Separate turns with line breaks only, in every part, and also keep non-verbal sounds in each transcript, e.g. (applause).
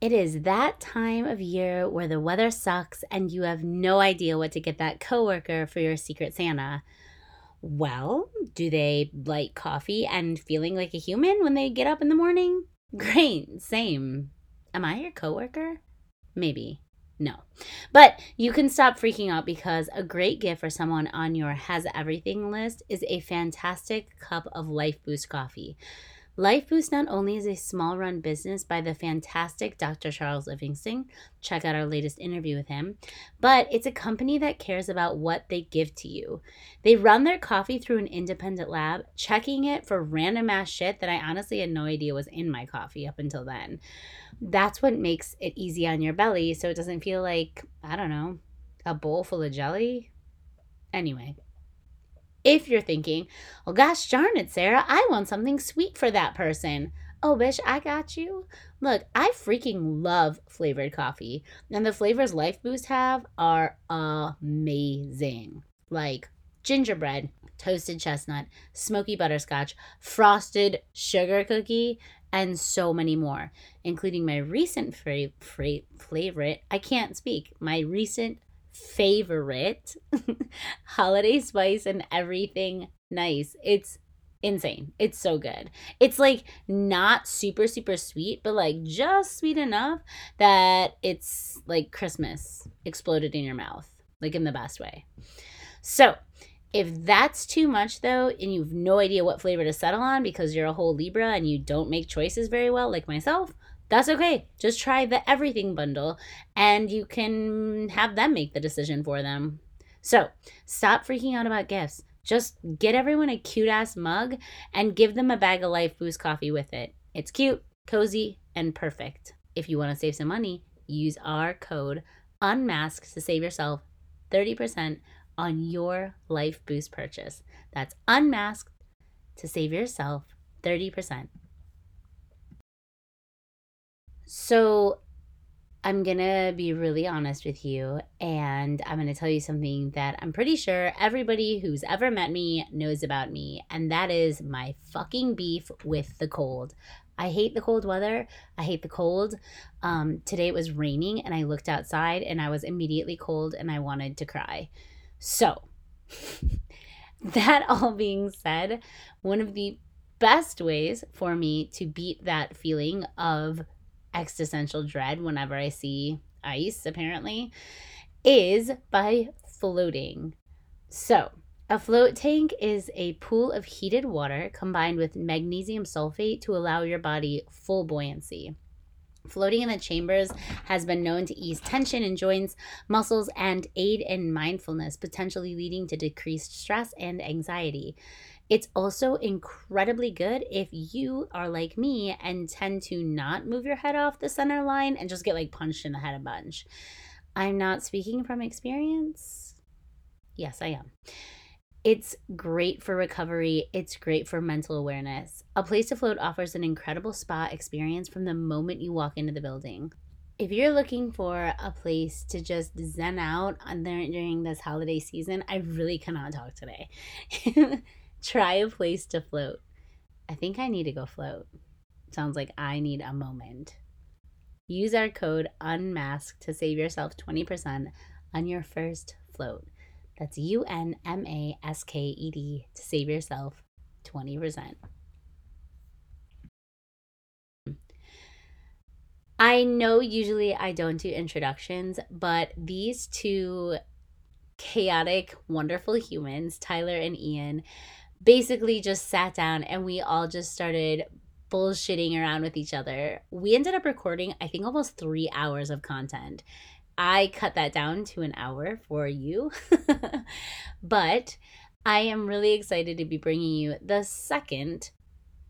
It is that time of year where the weather sucks and you have no idea what to get that coworker for your secret Santa. Well, do they like coffee and feeling like a human when they get up in the morning? (laughs) Great, same. Am I your coworker? Maybe. No. But you can stop freaking out because a great gift for someone on your has everything list is a fantastic cup of Life Boost coffee. Life Boost not only is a small run business by the fantastic Dr. Charles Livingston, check out our latest interview with him, but it's a company that cares about what they give to you. They run their coffee through an independent lab, checking it for random ass shit that I honestly had no idea was in my coffee up until then. That's what makes it easy on your belly so it doesn't feel like, I don't know, a bowl full of jelly. Anyway, if you're thinking, well, gosh darn it, Sarah, I want something sweet for that person. Oh, bitch, I got you. Look, I freaking love flavored coffee, and the flavors Life Boost have are amazing. Like gingerbread, toasted chestnut, smoky butterscotch, frosted sugar cookie, and so many more, including my recent fra- fra- favorite. I can't speak. My recent favorite (laughs) holiday spice and everything nice. It's insane. It's so good. It's like not super, super sweet, but like just sweet enough that it's like Christmas exploded in your mouth, like in the best way. So, if that's too much though, and you've no idea what flavor to settle on because you're a whole Libra and you don't make choices very well, like myself, that's okay. Just try the everything bundle and you can have them make the decision for them. So, Stop freaking out about gifts. Just get everyone a cute ass mug and give them a bag of Life Boost coffee with it. It's cute, cozy, and perfect. If you want to save some money, use our code UNMASK to save yourself 30% on your Life Boost purchase. That's UNMASK to save yourself 30%. So, I'm gonna be really honest with you, and I'm gonna tell you something that I'm pretty sure everybody who's ever met me knows about me, and that is my fucking beef with the cold. I hate the cold weather. I hate the cold. Um, today it was raining, and I looked outside, and I was immediately cold, and I wanted to cry. So, (laughs) that all being said, one of the best ways for me to beat that feeling of existential dread whenever I see ice, apparently, is by floating. So, a float tank is a pool of heated water combined with magnesium sulfate to allow your body full buoyancy. Floating in the chambers has been known to ease tension in joints, muscles, and aid in mindfulness, potentially leading to decreased stress and anxiety. It's also incredibly good if you are like me and tend to not move your head off the center line and just get like punched in the head a bunch. I'm not speaking from experience. Yes, I am. It's great for recovery. It's great for mental awareness. A Place to Float offers an incredible spa experience from the moment you walk into the building. If you're looking for a place to just zen out on there during this holiday season, I really cannot talk today. (laughs) Try a place to float. I think I need to go float. Sounds like I need a moment. Use our code UNMASK to save yourself 20% on your first float. That's U N M A S K E D to save yourself 20%. I know usually I don't do introductions, but these two chaotic, wonderful humans, Tyler and Ian, basically just sat down and we all just started bullshitting around with each other. We ended up recording, I think, almost three hours of content. I cut that down to an hour for you. (laughs) but I am really excited to be bringing you the second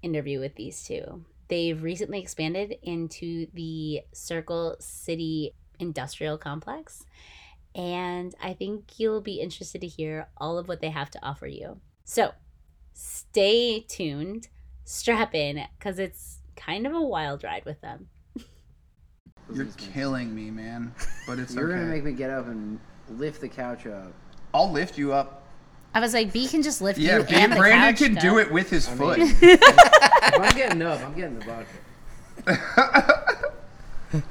interview with these two. They've recently expanded into the Circle City Industrial Complex, and I think you'll be interested to hear all of what they have to offer you. So stay tuned, strap in, because it's kind of a wild ride with them.
You're killing me, man. But it's
You're
okay.
gonna make me get up and lift the couch up.
(laughs)
I'll lift you up.
I was like, B can just lift
Yeah,
you
B-
and the
Brandon
couch,
can do
though.
it with his foot.
If I'm getting up, I'm getting the bucket.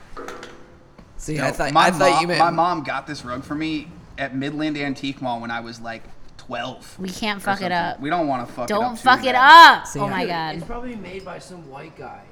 See,
No,
I thought
my
I thought
mom,
you meant
my mom got this rug for me at Midland Antique Mall when I was like twelve.
We can't
or
fuck it
something.
up.
We don't want to fuck. it
Don't
up too
fuck it
bad.
up.
See,
oh
I-
my
It's
god.
probably made by some white guy.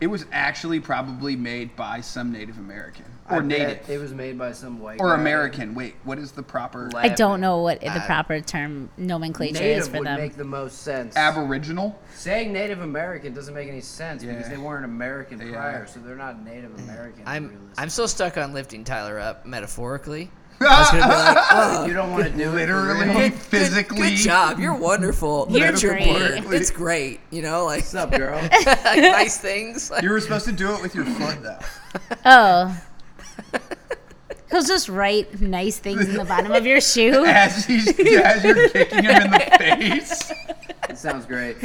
It was actually probably made by some Native American
I
or
bet
Native
It was made by some white.
or
guy.
American. Wait, what is the proper
I
Latin.
don't know what the proper term nomenclature is
Native
for
would
them.
make the most sense.
Aboriginal?
Saying Native American doesn't make any sense because
Yeah.
they weren't American
Yeah.
prior, so they're not Native American.
I'm
realistically.
I'm still stuck on lifting Tyler up metaphorically. I was gonna be like, oh,
You don't want to do it. for real?
(laughs) Literally, physically.
Good job. You're wonderful.
You're
That's your
great.
word. It's great. You know, like
What's
(laughs)
up, girl?
(laughs) like nice things. Like,
You were supposed to do it with your foot, though.
Oh. He'll just write nice things in the bottom of your shoe.
As, he's, as you're kicking him
(laughs)
in the face.
That sounds great.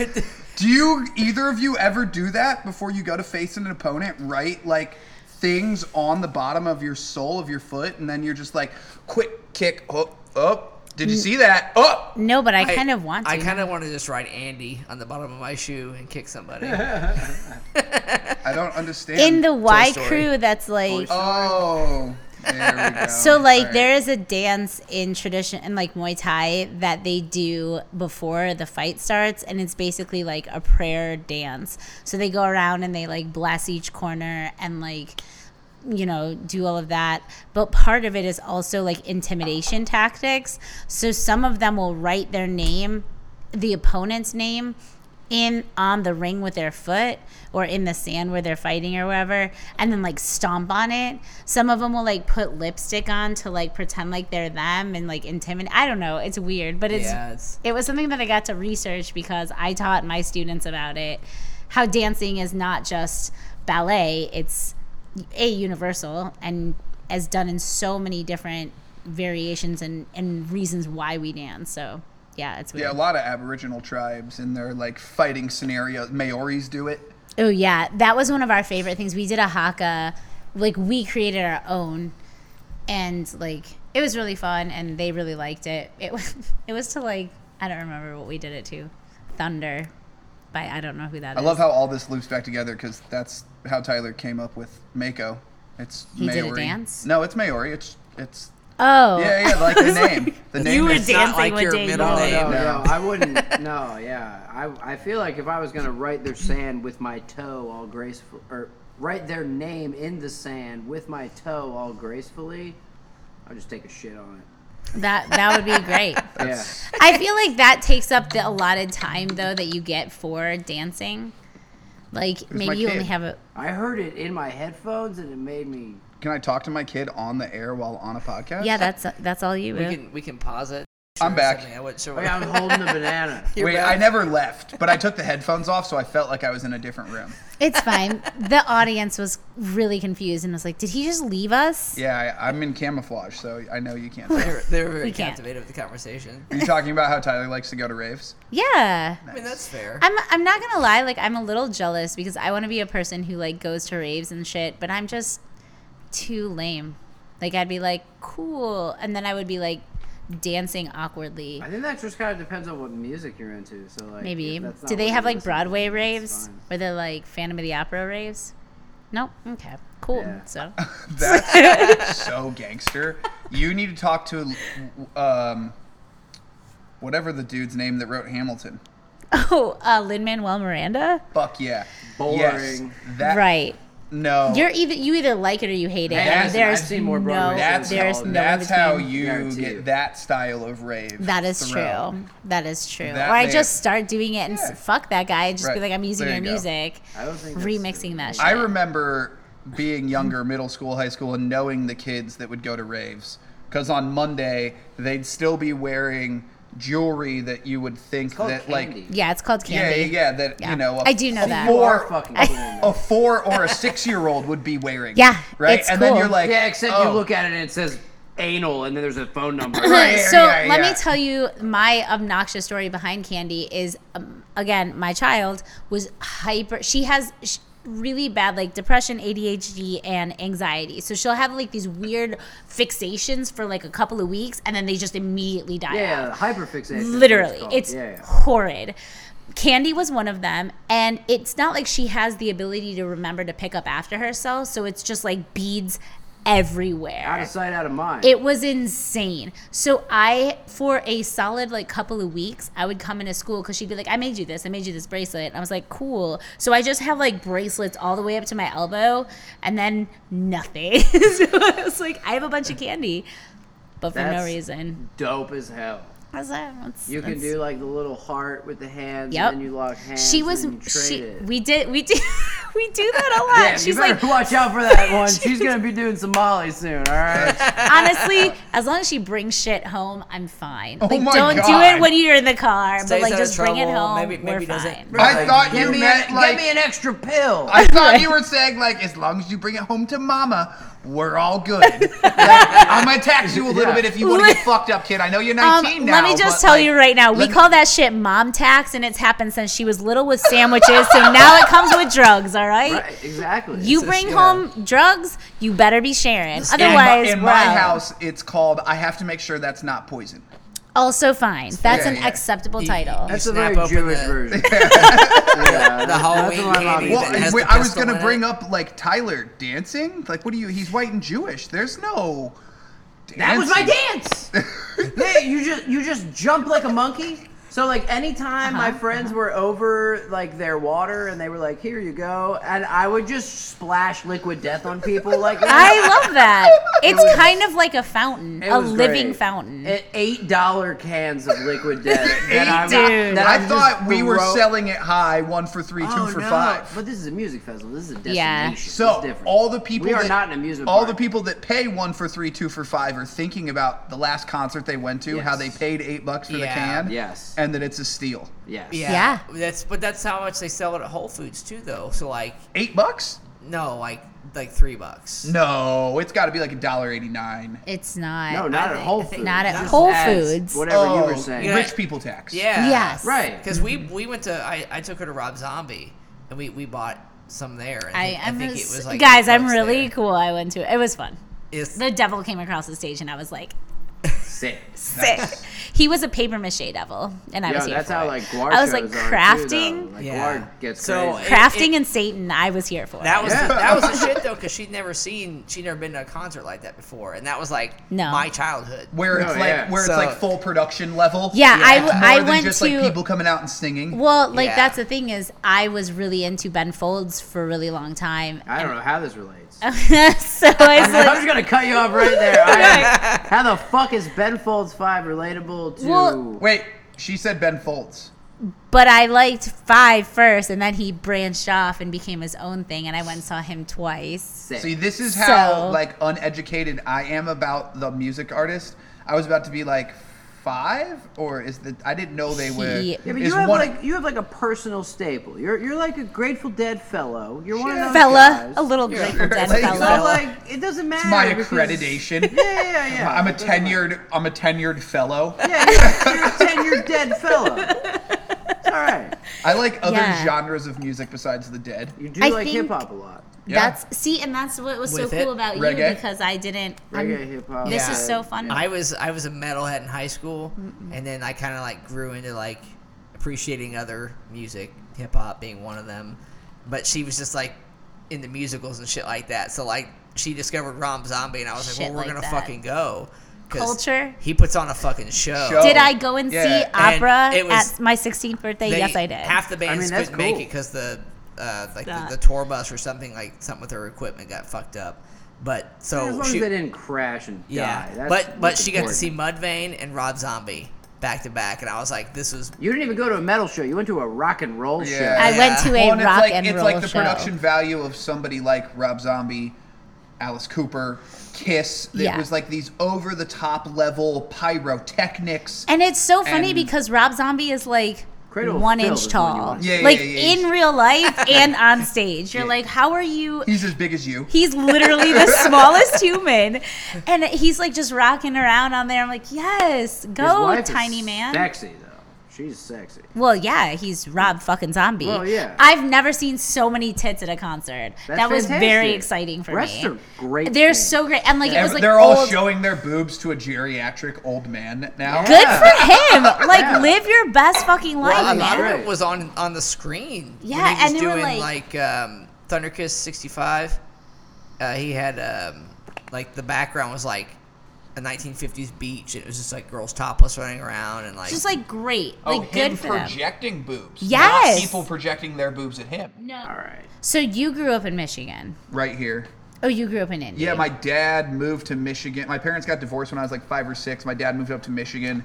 Do you either of you ever do that before you go to face an opponent? Write like things on the bottom of your sole of your foot, and then you're just like, quick kick, up, up.
Mm.
Did you see that? Oh!" Up.
No, but I, kind of want to.
I kind of want to just ride Andy on the bottom of my shoe and kick somebody.
I don't understand.
in the Y
Story.
crew that's like
oh, there we go.
(laughs) So like
Alright.
there is a dance in tradition in like Muay Thai that they do before the fight starts and it's basically like a prayer dance. So they go around and they like bless each corner and like you know, do all of that. But part of it is also like intimidation tactics. So some of them will write their name, the opponent's name, in on the ring with their foot or in the sand where they're fighting or wherever, and then like stomp on it. Some of them will like put lipstick on to like pretend like they're them and like intimidate. I don't know. It's weird, but it's
yeah, it's
it was something that I got to research because I taught my students about it how dancing is not just ballet, it's a universal and as done in so many different variations and, and reasons why we dance. So, yeah, it's
Yeah, a
weird.
lot of Aboriginal tribes in their like fighting scenarios. Maoris do it.
oh, yeah, that was one of our favorite things. We did a haka, like, we created our own, and like, it was really fun, and they really liked it. It was, (laughs) it was to like, I don't remember what we did it to, Thunder, by I don't know who that is.
I love how all this loops back together because that's how Tyler came up with Mako. It's
He
Maori.
did a dance?
No, it's Maori. It's it's
Oh.
yeah,
(laughs)
yeah, like the name. the name.
You were
is,
It's not
dancing
like
with
your
Dave.
middle
Oh, No,
name.
no, no.
No.
(laughs) I wouldn't. No, yeah. I, I feel like if I was gonna write their sand with my toe all graceful, or write their name in the sand with my toe all gracefully, I'd just take a shit on it.
That that would be
(laughs)
great.
Yeah.
I feel like that takes up the allotted time though that you get for dancing. Like
my
maybe you only
kid.
have a
I heard it in my headphones and it made me.
Can I talk to my kid on the air while on a podcast?
yeah. That's that's all you.
we
Boo.
can we can pause it.
I'm
Or
back.
something. I wasn't sure.
Oh,
what-
yeah,
(laughs)
I'm holding a banana.
You're
Wait,
back.
I never left, but I took the headphones off, so I felt like I was in a different room.
It's fine. The audience was really confused and was like, "Did he just leave us?"
Yeah, I, I'm in camouflage, so I know you can't. tell.
They were, they were very
can't.
captivated with the conversation.
Are you talking about how Tyler likes to go to raves?
Yeah.
I mean, that's fair.
I'm I'm not gonna lie. Like I'm a little jealous because I want to be a person who like goes to raves and shit, but I'm just too lame. Like I'd be like cool, and then I would be like dancing awkwardly.
(laughs) I think that just kind of depends on what music you're into. So like,
Maybe.
if that's not
Do
what
they
you
have like
listen to,
Broadway
that's
raves?
fine.
Or they're like Phantom of the Opera raves? Nope. Okay. Cool.
Yeah.
So
(laughs)
(laughs)
That's so gangster. You need to talk to um, whatever the dude's name that wrote Hamilton.
Oh, uh Lin Manuel Miranda?
Fuck yeah.
Boring.
Yes, that,
Right.
No.
You're either you either like it or you hate it.
Hey,
and
listen,
there's
I've seen more Broadway
no,
that's
raves than
there's no
all of
that's
in
how
between.
you
Guarantee you.
get that style of rave.
That is
thrown.
true. That is true.
That
or I
there.
just start doing it and
Yeah.
s fuck that guy and just be
Right.
like, I'm using
There
your
you go.
music,
I don't think that's
remixing
true.
that shit.
I remember being younger, middle school, high school, and knowing the kids that would go to raves. Because on Monday, they'd still be wearing jewelry that you would think
called
that,
candy.
like,
yeah, it's called
yeah, yeah,
candy.
yeah, that,
Yeah.
you know, a
I do know
a
that.
You
Four,
are fucking cool. man.
a four or a six year old would be wearing.
Yeah,
Right?
it's
and then you're
cool.
like,
Yeah, except you
oh,
look at it and it says anal, and then there's a phone (laughs) number.
Right.
so
yeah,
let me
yeah.
tell you my obnoxious story behind candy is um, again my child was hyper she has sh- really bad like depression adhd and anxiety so she'll have like these weird fixations for like a couple of weeks and then they just immediately die out.
yeah, hyperfixation. is what
Literally,
called.
it's
yeah, yeah.
horrid. Candy was one of them, and it's not like she has the ability to remember to pick up after herself, so it's just like beads
everywhere.
Out of sight, out of mind.
It was insane. So I, for a solid like couple of weeks, I would come into school because she'd be like, "I made you this. I made you this bracelet." And I was like, "Cool." So I just have like bracelets all the way up to my elbow, and then nothing. (laughs) so I was like, "I have a bunch of candy, but for
That's-
no reason."
Dope as hell.
That's- that's-
You can
that's-
do like the little heart with the hands,
Yep.
and then you lock hands.
She was.
And you trade
She.
it.
We did. We did. (laughs) We do that a lot.
Yeah,
She's
you better
like,
(laughs) watch out for
(laughs)
that one. She's gonna be doing some Molly soon. All right.
honestly, as long as she brings shit home, I'm fine. like,
Oh my
don't do
God.
it when you're in the car,
Stays
but like,
out of
just bring it
trouble,
home.
maybe- maybe
We're
doesn't-
fine.
I thought
Give
you
me,
meant
an,
like
give me an extra pill.
I thought you were saying like as long as you bring it home to mama, we're all good. Like, I'm gonna tax you a little bit if you want
(laughs)
to get fucked up, kid. I know you're 19
Um,
now.
let me just
but,
tell
like,
you right now, we
let me-
call that shit mom tax, and it's happened since she was little with sandwiches. so now it comes with drugs. All right,
right, exactly.
you
It's a-
bring
yeah.
home drugs, you better be sharing.
This-
In my-
Otherwise,
in
we're
my
out.
house, it's called. I have to make sure that's not poison.
also fine. That's
Yeah,
an
yeah.
acceptable
You-
title.
you
That's a
snap
very
open
Jewish
the-
version. yeah,
The Halloween
what my mom
candy
used
Well,
to
that has
wait,
the
I was
pistol
gonna
in
bring
it.
up like Tyler dancing. Like, what do you? He's white and Jewish. There's no.
That was my
dancing.
dance.
(laughs)
yeah, you just you just jump like a monkey. So like anytime my friends were over like their water and they were like, "Here you go," and I would just splash liquid death on people like that.
I love that.
(laughs)
It's kind of like a fountain,
It
a
was
living
great.
fountain.
E- Eight dollar cans of liquid
(laughs)
death. that I,
Dude.
that
I
I'm
thought
just
we were
throw-
selling it high, one for three, two
Oh,
for
no.
five.
But this is a music festival. This is a destination.
Yeah.
It's
So
different.
all the people
We are
that,
not an amusement
all
park.
the people that pay one for three, two for five are thinking about the last concert they went to, how they
Yes.
paid eight bucks for the
Yeah.
can,
Yes.
and that it's a steal.
Yes.
Yeah.
Yeah.
That's but that's how much they sell it at Whole Foods too, though. So like,
Eight bucks?
no, like like three bucks.
No, it's got to be like a dollar eighty nine.
it's not.
No, not
I
at
think-
Whole
I think
Foods.
not at
Just
Whole
as
Foods.
Whatever
Oh,
you were saying.
Yeah.
rich people tax.
Yeah.
Yes.
Right.
Because we we went to I, I took her to Rob Zombie and we, we bought some there. and
I,
think-
am
think
a
it
s-
was like
guys.
eight
I'm
bucks
really
there.
cool. I went to. It was fun.
It's-
The devil came across the stage, and I was like,
Sick.
sick. He was a paper mache devil, and I
Yo,
was here
that's
for
how
it.
like Guar
I was
shows
like
are, too,
crafting,
though. like
Yeah.
Guar gets
So,
crazy.
it-
crafting and Satan. I was here for
that
it.
was
Yeah.
the, that
(laughs)
was the shit though because she'd never seen she'd never been to a concert like that before and that was like
No.
my childhood.
Where it's
Oh,
like
yeah.
where
So-
it's like full production level.
Yeah, I
It's
w-
more
I
than
went
just
to-
like people coming out and singing.
Well, like
Yeah.
that's the thing is, I was really into Ben Folds for a really long time.
I don't know how this relates.
(laughs) so I
(laughs)
was
I'm
like,
just gonna cut you off right there. I am- how the fuck is Ben Folds Five relatable to?
Well-
Wait, she said Ben Folds.
but I liked Five first, and then he branched off and became his own thing, and I went and saw him twice.
Sick.
See, this is how
So-
like uneducated I am about the music artist. I was about to be like five, or is that I didn't know they were.
Yeah,
yeah, but
is
you have
one-
like you have like a personal staple. You're you're like a Grateful Dead fellow. You're one of those
Fella,
guys.
a little Grateful Dead
(laughs)
Like,
So
fella.
like it doesn't matter.
my
because-
accreditation.
(laughs) Yeah, yeah, yeah.
I'm a
It doesn't matter.
tenured. I'm a tenured fellow.
Yeah, you're, you're a tenured dead
(laughs)
fellow. It's all right.
I like other
Yeah.
genres of music besides the dead.
You do
I
like
think-
hip hop a lot.
Yeah.
That's see, and that's what was so
With it.
cool about
Reggae.
you because I didn't. um, I'm-
Reggae, hip hop.
This
is
so fun.
I was I was a metalhead in high school, and then I kind of like grew into like appreciating other music, hip hop being one of them. But she was just like in the musicals and shit like that. So like she discovered Rom Zombie, and I was like,
Shit
well, we're
like
gonna
that.
fucking go. 'Cause
Culture.
He puts on a fucking show.
Show.
Did
Oh,
I go and
yeah.
see
And
opera
it was-
at my 16th birthday?
They-
yes, I did.
Half the bands
that's
couldn't make
cool.
it because the uh, like the,
That.
the tour bus or something like something with her equipment got fucked up. But so
As long
she,
as they didn't crash and
Yeah,
die. That's
but but
what's
she got to
important.
see Mudvayne and Rob Zombie back to back, and I was like, this was
You didn't even go to a metal show. You went to a rock and roll
Yeah.
I
Yeah.
went to a
Well, and it's
rock
like
and
it's
roll
like the
show.
production value of somebody like Rob Zombie, Alice Cooper, Kiss. It
Yeah.
was like these over the top level pyrotechnics.
And it's so funny
And-
because Rob Zombie is like
Cradle of
one
Filth
inch
is when you
tall.
watch
Yeah, yeah,
like
yeah, yeah.
in real
(laughs)
life and on stage. You're
Yeah.
like, how are you?
He's as big as you.
He's literally
(laughs)
the smallest human. And he's like just rocking around on there. I'm like, yes,
His
go,
wife is
tiny man.
Sexy though. She's sexy.
Well, yeah, he's Rob fucking Zombie.
Well, yeah.
I've never seen so many tits at a concert.
That's
that was very
fantastic.
exciting for
Breasts
me.
are great
They're
things.
so great. And like it was
Ev-
like
they're all
old-
showing their boobs to a geriatric old man now.
Good for him. Like
(laughs) Yeah.
live your best fucking life,
a lot
man.
of
Right.
it was on on the screen. when
Yeah,
he was
and they were
doing
like-
like, um, Thunder Kiss sixty five. Uh, he had um, Like the background was like a 1950s beach. and It was just like girls topless running around and like.
It's just like great,
Oh,
like
him
good for them.
projecting boobs.
Yes!
Not people projecting their boobs at him.
All right.
So you grew up in Michigan.
Right here.
Oh, you grew up in Indy.
Yeah, my dad moved to Michigan. My parents got divorced when I was like five or six. My dad moved up to Michigan,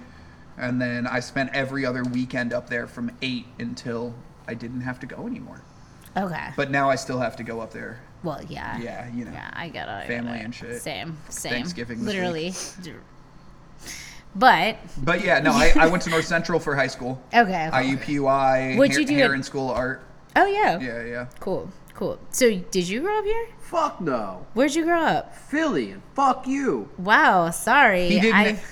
and then I spent every other weekend up there from eight until I didn't have to go anymore.
Okay.
But now I still have to go up there.
Well, yeah.
Yeah, you know.
Yeah, I got it.
Family and shit.
Same, same.
Thanksgiving this
Literally. But
But yeah, no, I, I went to North Central for
(laughs)
high school.
okay.
IUPUI.
What'd
hair,
you do
Hair
at-
in School of Art.
oh yeah.
Yeah, yeah.
Cool. Cool. So did you grow up here?
Fuck no.
Where'd you grow up?
Philly and fuck you.
Wow. Sorry.
He didn't
I,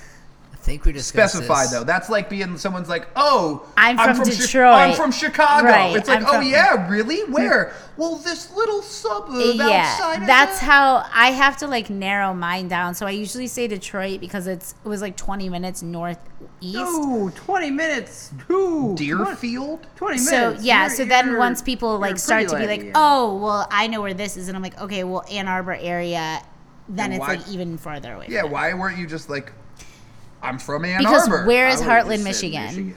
I think we discussed
specify
this.
though. That's like being someone's like, "Oh,
I'm from
Chi-
Detroit."
I'm from Chicago."
Right,
It's like,
I'm
"Oh
from-
yeah, really? Where?" Well, this little suburb outside
yeah.
of
That's
the-"
how I have to like narrow mine down. So I usually say Detroit because it's it was like 20 minutes northeast.
Ooh, 20 minutes. Ooh,
Deerfield.
20
So
minutes.
yeah,
You're-
so then
you're-
once people
you're
like
a
start
pretty
to be
lady,
like,
yeah.
oh well, I know where this is, and I'm like, okay, well Ann Arbor area, then
And
it's
why-
like even farther away.
Yeah, why weren't you just like, "I'm from Ann
Because
Arbor."
where is
I would've
Heartland,
just said
Michigan?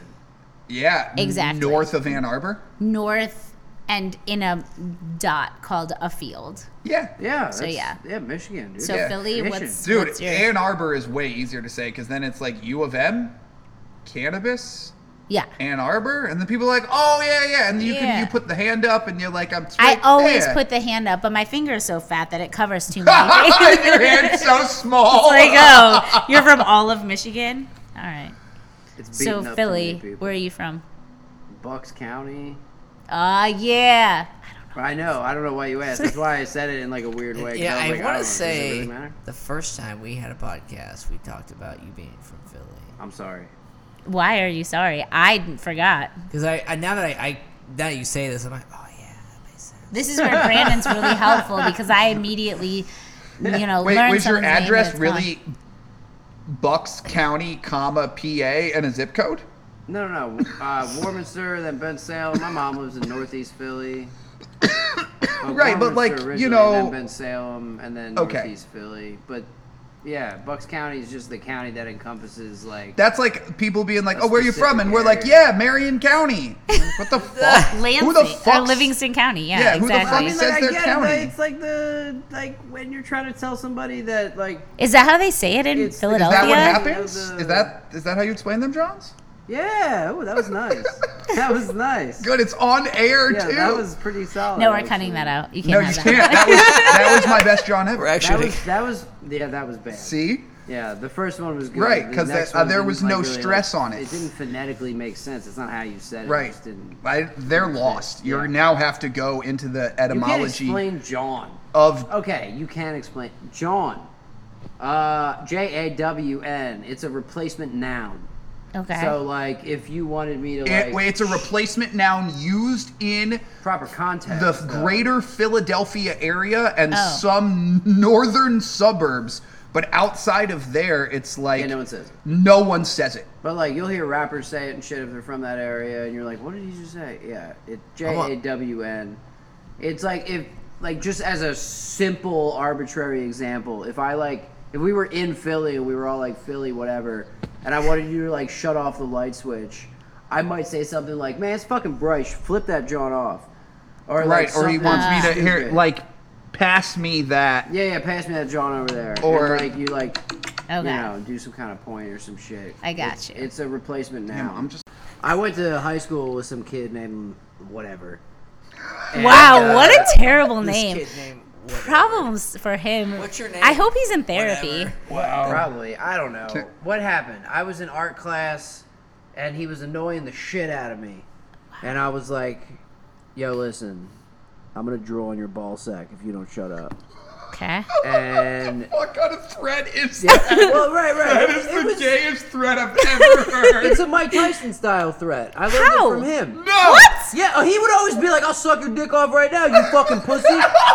yeah,
Exactly.
north of Ann Arbor.
North and in a dot called a field.
Yeah,
Yeah.
So,
that's-
yeah.
Yeah, Michigan, dude.
So
Yeah.
Philly,
Tradition.
what's
dude,
what's your-
Ann Arbor is way easier to say because then it's like U of M, cannabis.
yeah.
Ann Arbor, and then people are like, "Oh yeah, yeah," and you
Yeah.
can you put the hand up, and you're like, eh. "I'm."
I
straight
always
there."
put the hand up, but my finger is so fat that it covers
(laughs)
too many. things.
Your
(laughs)
hand's so small.
like,
(laughs)
oh, you're from all of Michigan. All right.
It's
So
beaten up too
Philly,
many people.
where are you from?
Bucks County.
Ah, yeah.
But I know. I don't know why you asked. That's why I said it in like a weird way. 'cause
Yeah,
was
I
like, don't
want
know,
to
does it really
say
matter?
the first time we had a podcast, we talked about you being from Philly.
I'm sorry.
Why are you sorry? I forgot.
Because I, I now that I, I now that you say this, I'm like, oh yeah, that makes sense.
This is where Brandon's
(laughs)
really helpful because I immediately, you know,
Wait,
learned
was your
someone's name and
address
it's gone.
really Bucks County, comma PA, and a zip code?
No, no, no. Uh, Warminster, then Ben Salem. My mom lives in Northeast
(coughs)
Philly. Uh,
Right,
Warminster
but, like, you
originally,
know-
and then Ben Salem, and then
Okay.
Northeast Philly. But yeah, Bucks County is just the county that encompasses like.
That's like people being like,
A
"Oh, where are you
specific
from?" And we're like,
area.
"Yeah, Marion
(laughs)
County." what the fuck?
Lansing
who the
or
fuck?
Livingston County? Yeah,
Yeah, who the
exactly.
fuck It says their
but
county.
It's like the like when you're trying to tell somebody that like
Is that how they say it in
It's- is that
Is that what
Philadelphia?
happens?
Yeah, the-
Is that is that how you explain them, Johns?
yeah, oh that was
(laughs)
nice. that was nice.
Good, it's on air
Yeah,
too.
that was pretty solid.
No, we're
actually.
cutting that out. You can't.
no, you
have
can't.
that.
That was that was my best John ever.
We're actually
That was that was yeah, that was bad.
See,
Yeah, the first one was good.
Right,
The
'cause
next
that- uh,
one
there
didn't,
was no stress on it.
It didn't phonetically make sense. It's not how you said it. it
right?
just didn't.
I, they're lost. You
Yeah.
now have to go into the
You can't
etymology
explain John.
of
Okay, you can explain John. Uh, J A W N. It's a replacement noun.
(laughs) Okay.
So like, if you wanted me to
It-
like
wait, it's a replacement noun used in
proper context,
the
though.
greater Philadelphia area and
Oh.
some northern suburbs, but outside of there, it's like
Yeah, no one says. It.
no one says it.
But like, you'll hear rappers say it and shit if they're from that area, and you're like, "What did he just say?" Yeah, it J A W N. It's like if, like, just as a simple arbitrary example, if I like, if we were in Philly and we were all like Philly, whatever, and I wanted you to like shut off the light switch, I might say something like, "Man, it's fucking bright. Flip that John off." Or like
right, or he
something
wants me to
stupid.
hear, like, pass me that.
Yeah, yeah, pass me that John over there.
Or-
Or like you like,
Okay.
you know, do some kind of point or some shit.
I got
It's-
you.
It's a replacement now.
I'm just.
I went to high school with some kid named whatever. And,
wow,
uh,
what a
(laughs)
terrible name.
Kid name.
Problems for him.
What's your name?
I hope he's in therapy.
Whatever.
Wow.
Probably. I don't know. What happened? I was in art class and he was annoying the shit out of me. And I was like, yo, listen, I'm going to draw on your ball sack if you don't shut up.
Okay.
Oh,
(laughs)
And.
What kind of threat is
Yeah,
that?
well, right, right.
That is
It
the
was- (laughs)
gayest threat I've ever heard.
it's a Mike Tyson style threat. I learned
How?
it from him.
no!
What? Yes.
Yeah, oh, he would always be like, "I'll suck your dick off right now, you fucking pussy."
(laughs)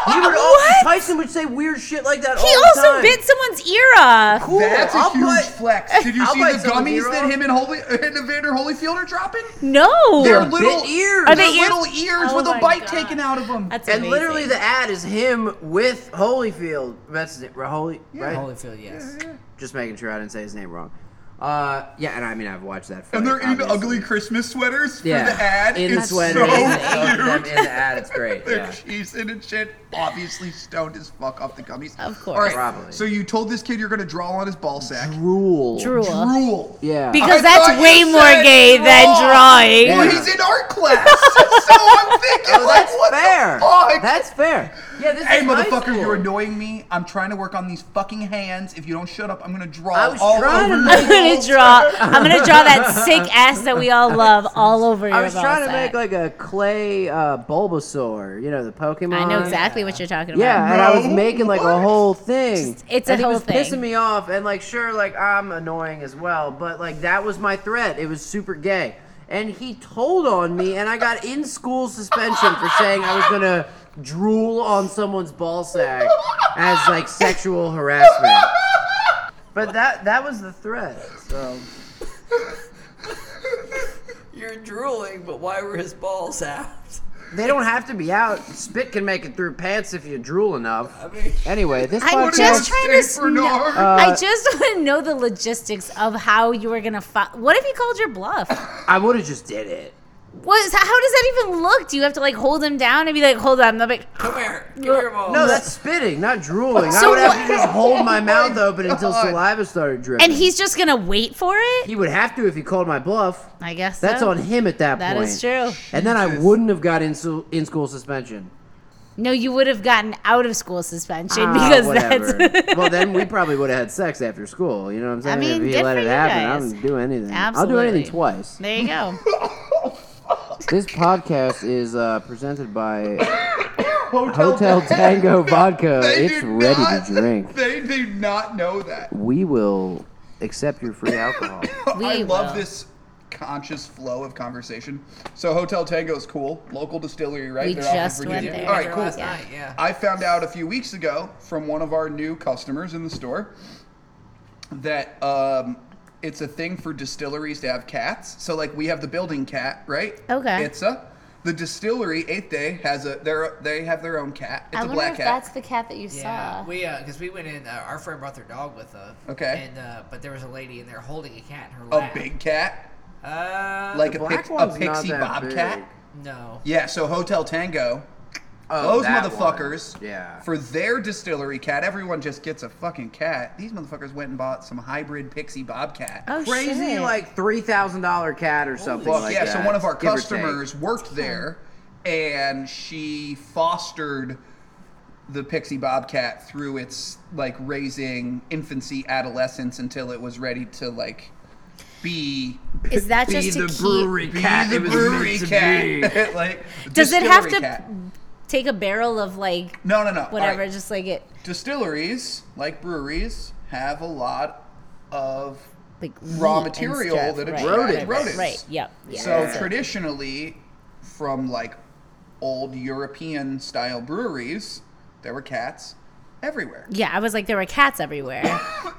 He would always.
What?
Tyson would say weird shit like that.
He
all the
also
time.
bit someone's ear off.
Cool,
That's a
I'll
huge
bite-
flex. Did you
I'll
see
bite
the
someone,
gummies that
Nero.
him and Holy (laughs) and Evander Holyfield are dropping?
No.
They're little
bit ears.
They're
Are they ears?
little ears
Oh
with a
my
bite
God.
taken out of them.
That's
And
amazing.
literally, the ad is him with Holyfield. That's it, right? Holy, right?
Holyfield, yes.
Just making sure I didn't say his name wrong. Uh, yeah, and I mean I've watched that. Fight,
And they're in
obviously.
ugly Christmas sweaters for
Yeah,
the ad.
in
it's
sweaters, (laughs)
so
in the-
cute.
them in the ad. It's great.
(laughs) They're
Yeah.
cheesing and shit. Obviously stoned as fuck off the gummies.
Of course.
Probably.
So you told this kid you're gonna draw on his ball sack.
Drool.
drool.
Drool.
Yeah.
Because
I thought
that's
you
way more
said
gay
draw.
than
Well,
drawing.
Yeah.
he's in art
(laughs)
class, so I'm thinking,
Oh,
like,
that's
(laughs)
what the
fair.
fuck?
That's fair. Yeah, this
Hey,
is high
motherfucker,
school.
you're annoying me. I'm trying to work on these fucking hands. If you don't shut up, I'm gonna draw
I was
all
trying
over
(laughs)
to
your
I'm gonna
walls.
draw. I'm gonna draw that sick
(laughs)
ass that we all love all over your
I was
ball
trying to
sack.
make like a clay uh, Bulbasaur, you know, the Pokemon.
I know exactly what you're talking about.
uh, Yeah, and I was
No,
making like a
what?
whole thing.
Just- it's a
and
whole
he was
thing.
pissing me off, and like, sure, like I'm annoying as well, but like that was my threat. It was super gay, and he told on me, and I got in school suspension for saying I was gonna drool on someone's ball sack as like sexual harassment. But that that was the threat. So
You're drooling, but why were his balls out?
they don't have to be out. Spit can make it through pants if you drool enough.
I mean,
Anyway, this
I'm
podcast.
just trying to.
Stanford
sn-
art.
Uh,
I just want to know the logistics of how you were gonna. Fi- what if he called your bluff?
I would have just did it.
What is, how does that even look? Do you have to like hold him down and be like, hold on? They'll be like,
come here, give me your balls.
No, that's spitting, not drooling. I
Oh. So
would have
what- Oh
to
(laughs)
just hold my mouth open until
God.
saliva started dripping.
and he's just gonna wait for it.
he would have to if he called my bluff.
I guess
That's
so.
on him at that
That
point.
is true.
And then I wouldn't have got in, su- in school suspension.
No, you would have gotten out of school suspension
Ah,
because (laughs)
whatever.
that's.
(laughs) well, then we probably would have had sex after school. You know what I'm saying?
mean,
if he
good
let
for
it
you
happen, I
guys.
wouldn't do anything. I'll do
Absolutely.
anything twice.
there you
(laughs)
go.
This podcast is uh, presented by (laughs)
Hotel,
(laughs)
Hotel Tango
Tango.
Vodka.
They
It's
do
ready
not- (laughs)
to drink.
They do not know that.
We will accept your free alcohol.
(laughs) I
We
love
will.
this conscious flow of conversation. So Hotel Tango is cool, local distillery, right?
We
They're out in
just went
Virginia.
there.
All right, cool.
Last night, (laughs) yeah.
I found out a few weeks ago from one of our new customers in the store that um, it's a thing for distilleries to have cats. So like we have the building cat, right?
Okay.
It's a the distillery Eighth Day has a their they have their own cat. It's
I
a
wonder
black
if
cat.
that's the cat that you
Yeah,
saw.
we because we went in. Uh, our friend brought their dog with us.
Okay.
And uh, but there was a lady in there holding a cat in her
a
lap.
big cat,
Uh,
like
The
a,
black
pic- a
one's not
pixie
that
bobcat.
big.
no.
Yeah. So Hotel Tango
(laughs) Oh,
Those
that
motherfuckers,
one. Yeah.
for their distillery cat, everyone just gets a fucking cat. These motherfuckers went and bought some hybrid pixie bobcat.
Oh,
crazy,
shit.
like three thousand dollar cat or something
Fuck
like
yeah!
that.
So one of our
give or take.
customers worked there, and she fostered the pixie bobcat through its like raising infancy, adolescence until it was ready to like be
Is that
Be
just to
the
keep?
brewery
be
cat.
the
it was
brewery
meant to be.
cat. (laughs) like
Does it have
distillery
to
cat.
take a barrel of like
No, no, no. All
whatever?
right.
Just like it,
distilleries, like breweries, have a lot of.
like
Raw
wheat and
material
stuff,
that
right,
attracted
right,
rodents.
Right. Yep. Yeah.
So traditionally, from like old European style breweries, there were cats everywhere.
Yeah, I was like, there were cats everywhere.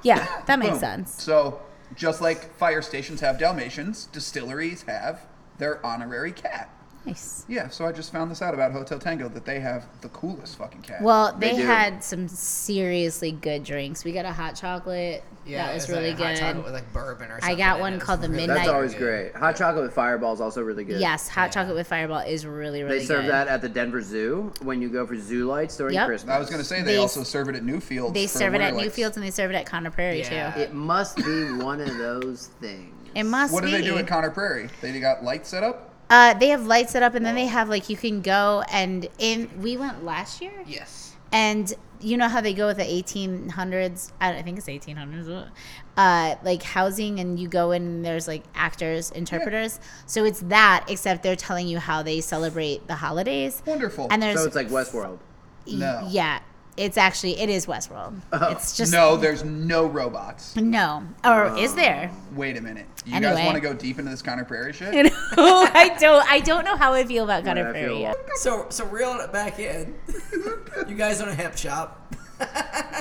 yeah, that makes
Boom.
sense.
So just like fire stations have Dalmatians, distilleries have their honorary cat.
Nice.
Yeah, so I just found this out about Hotel Tango that they have the coolest fucking cat.
Well, they,
do.
had some seriously good drinks. We got a hot chocolate.
Yeah,
that
it
was
like
really
a hot chocolate
good.
with like bourbon or
I
something
got
in
one
it. It
called
was
the
really
Midnight-
That's
Like-
always great. Hot chocolate with fireball is also really good.
Yes, hot chocolate with Fireball is really really
They
good.
serve that at the Denver Zoo when you go for zoo lights during
Yep.
Christmas.
I was gonna say they,
They-
also serve it at Newfields.
They
for
serve it at
winter lights.
Newfields and they serve it at Connor Prairie
Yeah.
too.
It must be one of those things.
It must
What do
be.
they do at Connor Prairie? They got lights set up.
Uh, they have lights set up, and then they have like you can go and in. We went last year,
Yes.
and you know how they go with the eighteen hundreds. I don't- I think it's eighteen hundreds. Uh, like housing, and you go in. and There's like actors, interpreters. So it's that, except they're telling you how they celebrate the holidays.
Wonderful.
And there's
So it's like Westworld.
y-
No. Oh,
yeah. It's actually it is Westworld. it's just
no, there's no robots.
no. Or is there?
Wait a minute. You guys
Anyway.
want to go deep into this Connor Prairie shit?
You know, (laughs) I don't. I don't know how I feel about Connor
I feel
Prairie. yet.
So so reeling it back in.
(laughs)
you guys own a hemp shop.
(laughs)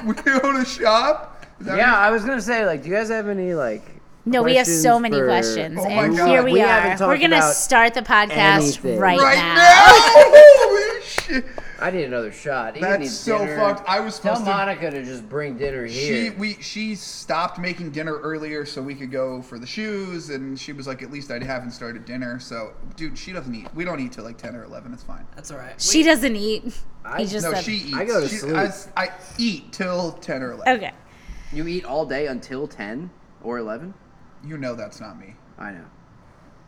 we own a shop. Is that
Yeah, I was gonna say, like, do you guys have any like?
No, we have so
questions
many
for-
questions,
Oh my
and
God.
here we,
We
haven't
are.
talked
We're gonna
about
start the podcast
anything.
right,
(laughs) right
now.
now.
(laughs)
Holy shit.
I need another shot. He
That's
needs
so
dinner.
fucked. I was
Tell
supposed to.
Monica to just bring dinner
She
here.
we she stopped making dinner earlier so we could go for the shoes, and she was like, "At least I haven't started dinner." So, dude, she doesn't eat. We don't eat till like ten or eleven. It's fine.
That's all right.
She doesn't eat.
I-
He just
No,
said,
she eats.
I go to
She-
sleep.
I, s- I eat till ten or eleven.
"Okay,
you eat all day until ten or eleven?
You know that's not me.
I know.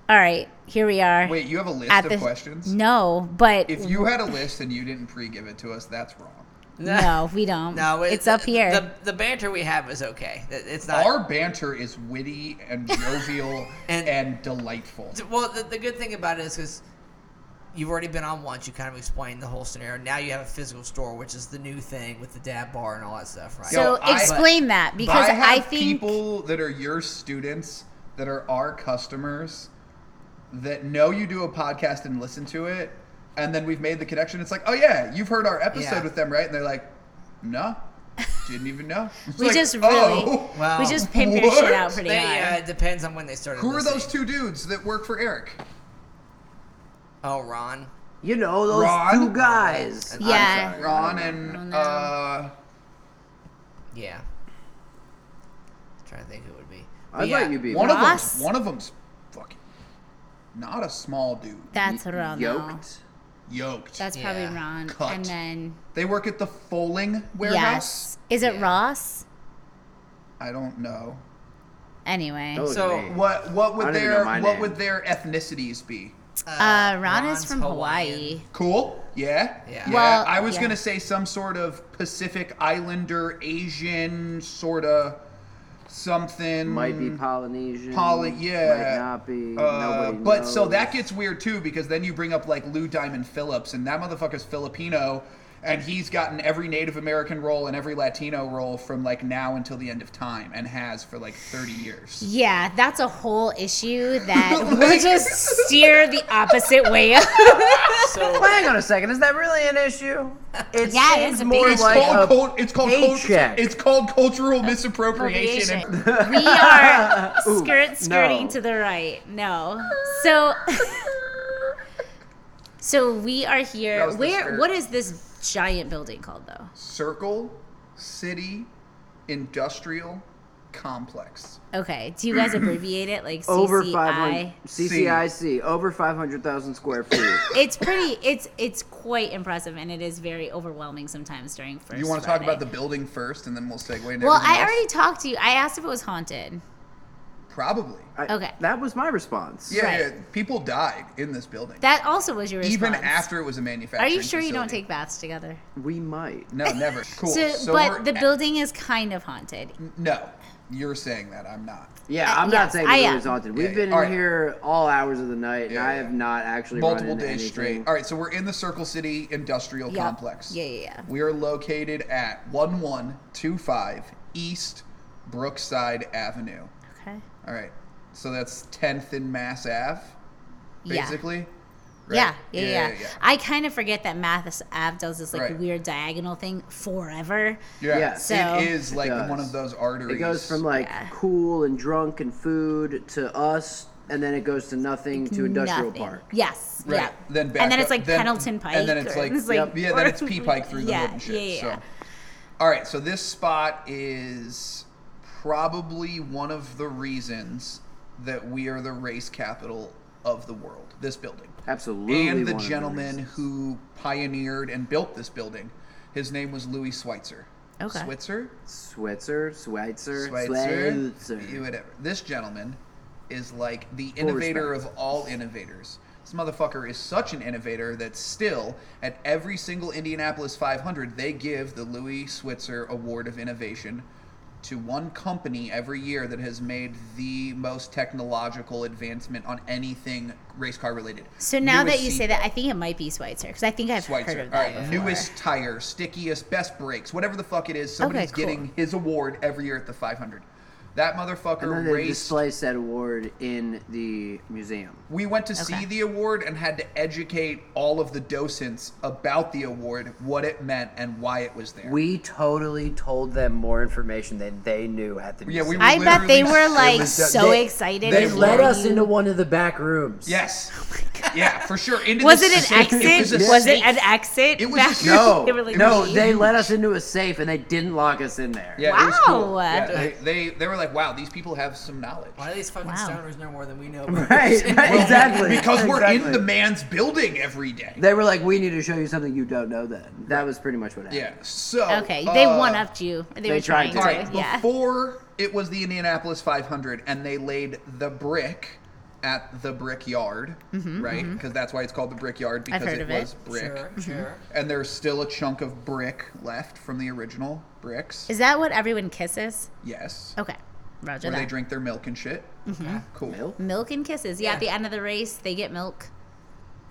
all right, here we are."
Wait, you have a list
At
of
the-
questions?
No, but
If you had a list and you didn't pre-give it to us, that's wrong.
(laughs)
(laughs)
no, we don't.
No, it-
it's up here.
The, the banter we have is okay. It- It's not.
Our banter is witty
(laughs)
and jovial and,
And-
delightful.
well, the, the good thing about it is because you've already been on once. You kind of explained the whole scenario. Now you have a physical store, which is the new thing with the dab bar and all that stuff, right?
so
Yo, I-
explain that because
I
I,
have
think
people that are your students that are our customers that know you do a podcast and listen to it, and then we've made the connection. It's like, oh yeah, you've heard our episode
Yeah.
with them, right? And they're like, no, didn't
(laughs)
even know. It's
We
like,
just really-
"Oh."
Wow.
we just pimp your shit out
What?
pretty
They,
hard.
uh, it depends on when they started.
Who are
listening.
those two dudes that work for Eric?
Oh, Ron.
You know those
Ron?
two guys.
I'm
Yeah.
sorry.
Ron and
no.
uh,
Yeah. trying to think who it would be.
I'd
yeah.
let you be.
one of
Ross?
them's one of them's fucking not a small dude.
that's wrong. though.
yoked.
Yoked.
That's probably
Yeah.
wrong.
Cut.
And then
they work at the Foaling warehouse.
yes, is it
Yeah.
Ross?
I don't know.
Anyway,
Don't look
So,
at me.
What what
I
would
don't even
their
know my
what
name.
would their ethnicities be?
uh, Ron
Ron's
is from Hawaii.
Cool. Yeah.
Yeah.
Well,
I was
yeah.
gonna say some sort of Pacific Islander, Asian sort of something.
Might be Polynesian.
Mm, Poly- yeah.
Might not be.
Uh,
Nobody
but so that
knows.
gets weird too because then you bring up like Lou Diamond Phillips and that motherfucker's Filipino and he's gotten every Native American role and every Latino role from like now until the end of time and has for like 30 years.
Yeah, that's a whole issue
(laughs)
that we'll just steer the opposite way up.
(laughs)
So,
Hang on a second. Is that really an
(laughs)
issue? It
Yeah, it
seems
is a
more
big
It's
issue.
like
called
a
cult, it's called cult-
paycheck.
it's called cultural misappropriation.
We are skirt
no.
skirting to the right. No. So (laughs) So we are
That
here.
was the
Where
skirt.
what is this giant building called though?
(laughs) Circle City Industrial Complex.
Okay. Do you guys abbreviate it like CCI?
over five hundred CCIC over five hundred thousand
(laughs)
square feet.
It's pretty it's it's quite impressive and it is very overwhelming sometimes during first.
You want to talk
Friday.
about the building first and then we'll segue into
Well,
everything
I
else?
already talked to you. I asked if it was haunted.
probably.
I-
Okay.
That was my response.
Yeah,
Right.
yeah, people died in this building.
That also was your response.
even after it was a
Are
manufacturing.
you sure you don't
facility.
take baths together?
We might.
No,
(laughs)
never. Cool.
So,
we're
but the
at-
building is kind of haunted.
No, you're saying that. I'm not.
Yeah,
Uh,
I'm
yes,
not saying
I
the
am.
room is haunted. We've
yeah.
been in
All right.
here all hours of the night, and
Yeah,
I
yeah.
have not actually
Multiple
run into
days
anything.
straight. All right, so we're in the Circle City Industrial
Yup.
Complex.
Yeah, yeah, yeah.
We are located at 1125 East Brookside Avenue.
Okay.
All right, so that's 10th and Mass Ave,
Yeah.
basically. Right?
Yeah, yeah, yeah,
yeah.
I kind of forget that Mathis Ave does this like
Right.
weird diagonal thing forever.
Yeah,
Yeah,
so-
it is like
does.
one of those arteries.
It goes from like
Yeah.
cool and drunk and food to us, and then it goes to nothing to industrial
Nothing.
park.
Yes.
Right.
Yeah.
Then back
and then
up-
it's like Pendleton Pike.
And then it's
or
like, yeah, then
(laughs)
it's P Pike through the
yeah,
wood and shit.
Yeah, yeah.
So, all right. So this spot is probably one of the reasons that we are the race capital of the world. This building
Absolutely.
and the
one of
gentleman
reasons.
who pioneered and built this building, his name was Louis Schweitzer.
Okay.
Switzer.
Switzer, Switzer,
Schweitzer,
Switzer.
whatever. This gentleman is like the innovator of all innovators. This motherfucker is such an innovator that still, at every single Indianapolis 500, they give the Louis Switzer Award of Innovation to one company every year that has made the most technological advancement on anything race car related.
So now
Newest
that you
seat
say that, I think it might be Schweitzer because I think I've heard
Schweitzer.
of
All
that.
right,
before.
newest tire, stickiest, best brakes, whatever the fuck it is. Somebody's
cool.
getting his award every year at the 500. That
And then
motherfucker
they
raced.
display said award in the museum.
We went to see the award and had to educate all of the docents about the award, what it meant, and why it was there.
We totally told them more information than they knew at the
yeah,
museum.
we. Were
I bet they
literally (laughs)
were like
so-
so
they-
excited.
they
and
led
Let
were
us
you-
into one of the back
(laughs)
rooms.
Yes. Yeah, for sure. Into
Was
the
it an
safe-
exit?
was
Was,
a
it
safe-
an exit?
It was
back-
a-
(laughs)
No,
they were like,
no,
"Gee."
they let us into a safe and they didn't lock us in there.
Yeah, it was cool.
Wow.
Yeah, they, they they were like, wow, these people have some knowledge.
Why do these fucking
Wow.
stoners know more than we
(laughs)
(laughs) (laughs)
know?
Right, right, exactly.
Because we're in
exactly.
the man's building every day.
They were like, we need to show you something you don't know then. That was pretty much what happened.
Yeah. So
Okay, they
uh,
one upped you. They,
they
were
tried
trying
to.
to.
All right.
yeah.
Before it was the Indianapolis 500, and they laid the brick at the brickyard, right? Because that's why it's called the brickyard because
Mm-hmm, heard
it
of it.
was brick.
Sure, sure.
(laughs)
And there's still a chunk of brick left from the original bricks.
Is that what everyone kisses?
yes.
Okay, Roger
Where they
that. Mm-hmm.
drink their milk and shit. Ah, Cool.
Milk?
Milk and kisses. Yeah, at the end of the race, they get milk.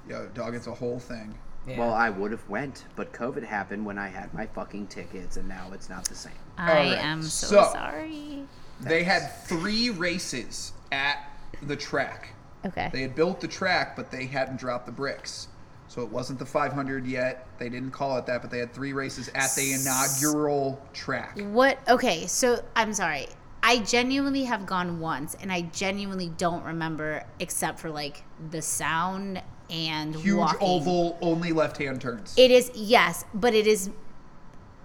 Yo, dog, it's a whole thing.
Yeah.
Well, I would have went, but COVID happened when I had my fucking tickets, and now it's not the same.
I
right,
am so,
so-
sorry.
They had three races at the track.
Okay.
They had built the track, but they hadn't dropped the bricks. So it wasn't the 500 yet. They didn't call it that, but they had three races at the inaugural track.
What? Okay, so I'm sorry. I genuinely have gone once, and I genuinely don't remember except for like the sound and
Huge
walking.
oval, only left hand turns.
It is yes, but it is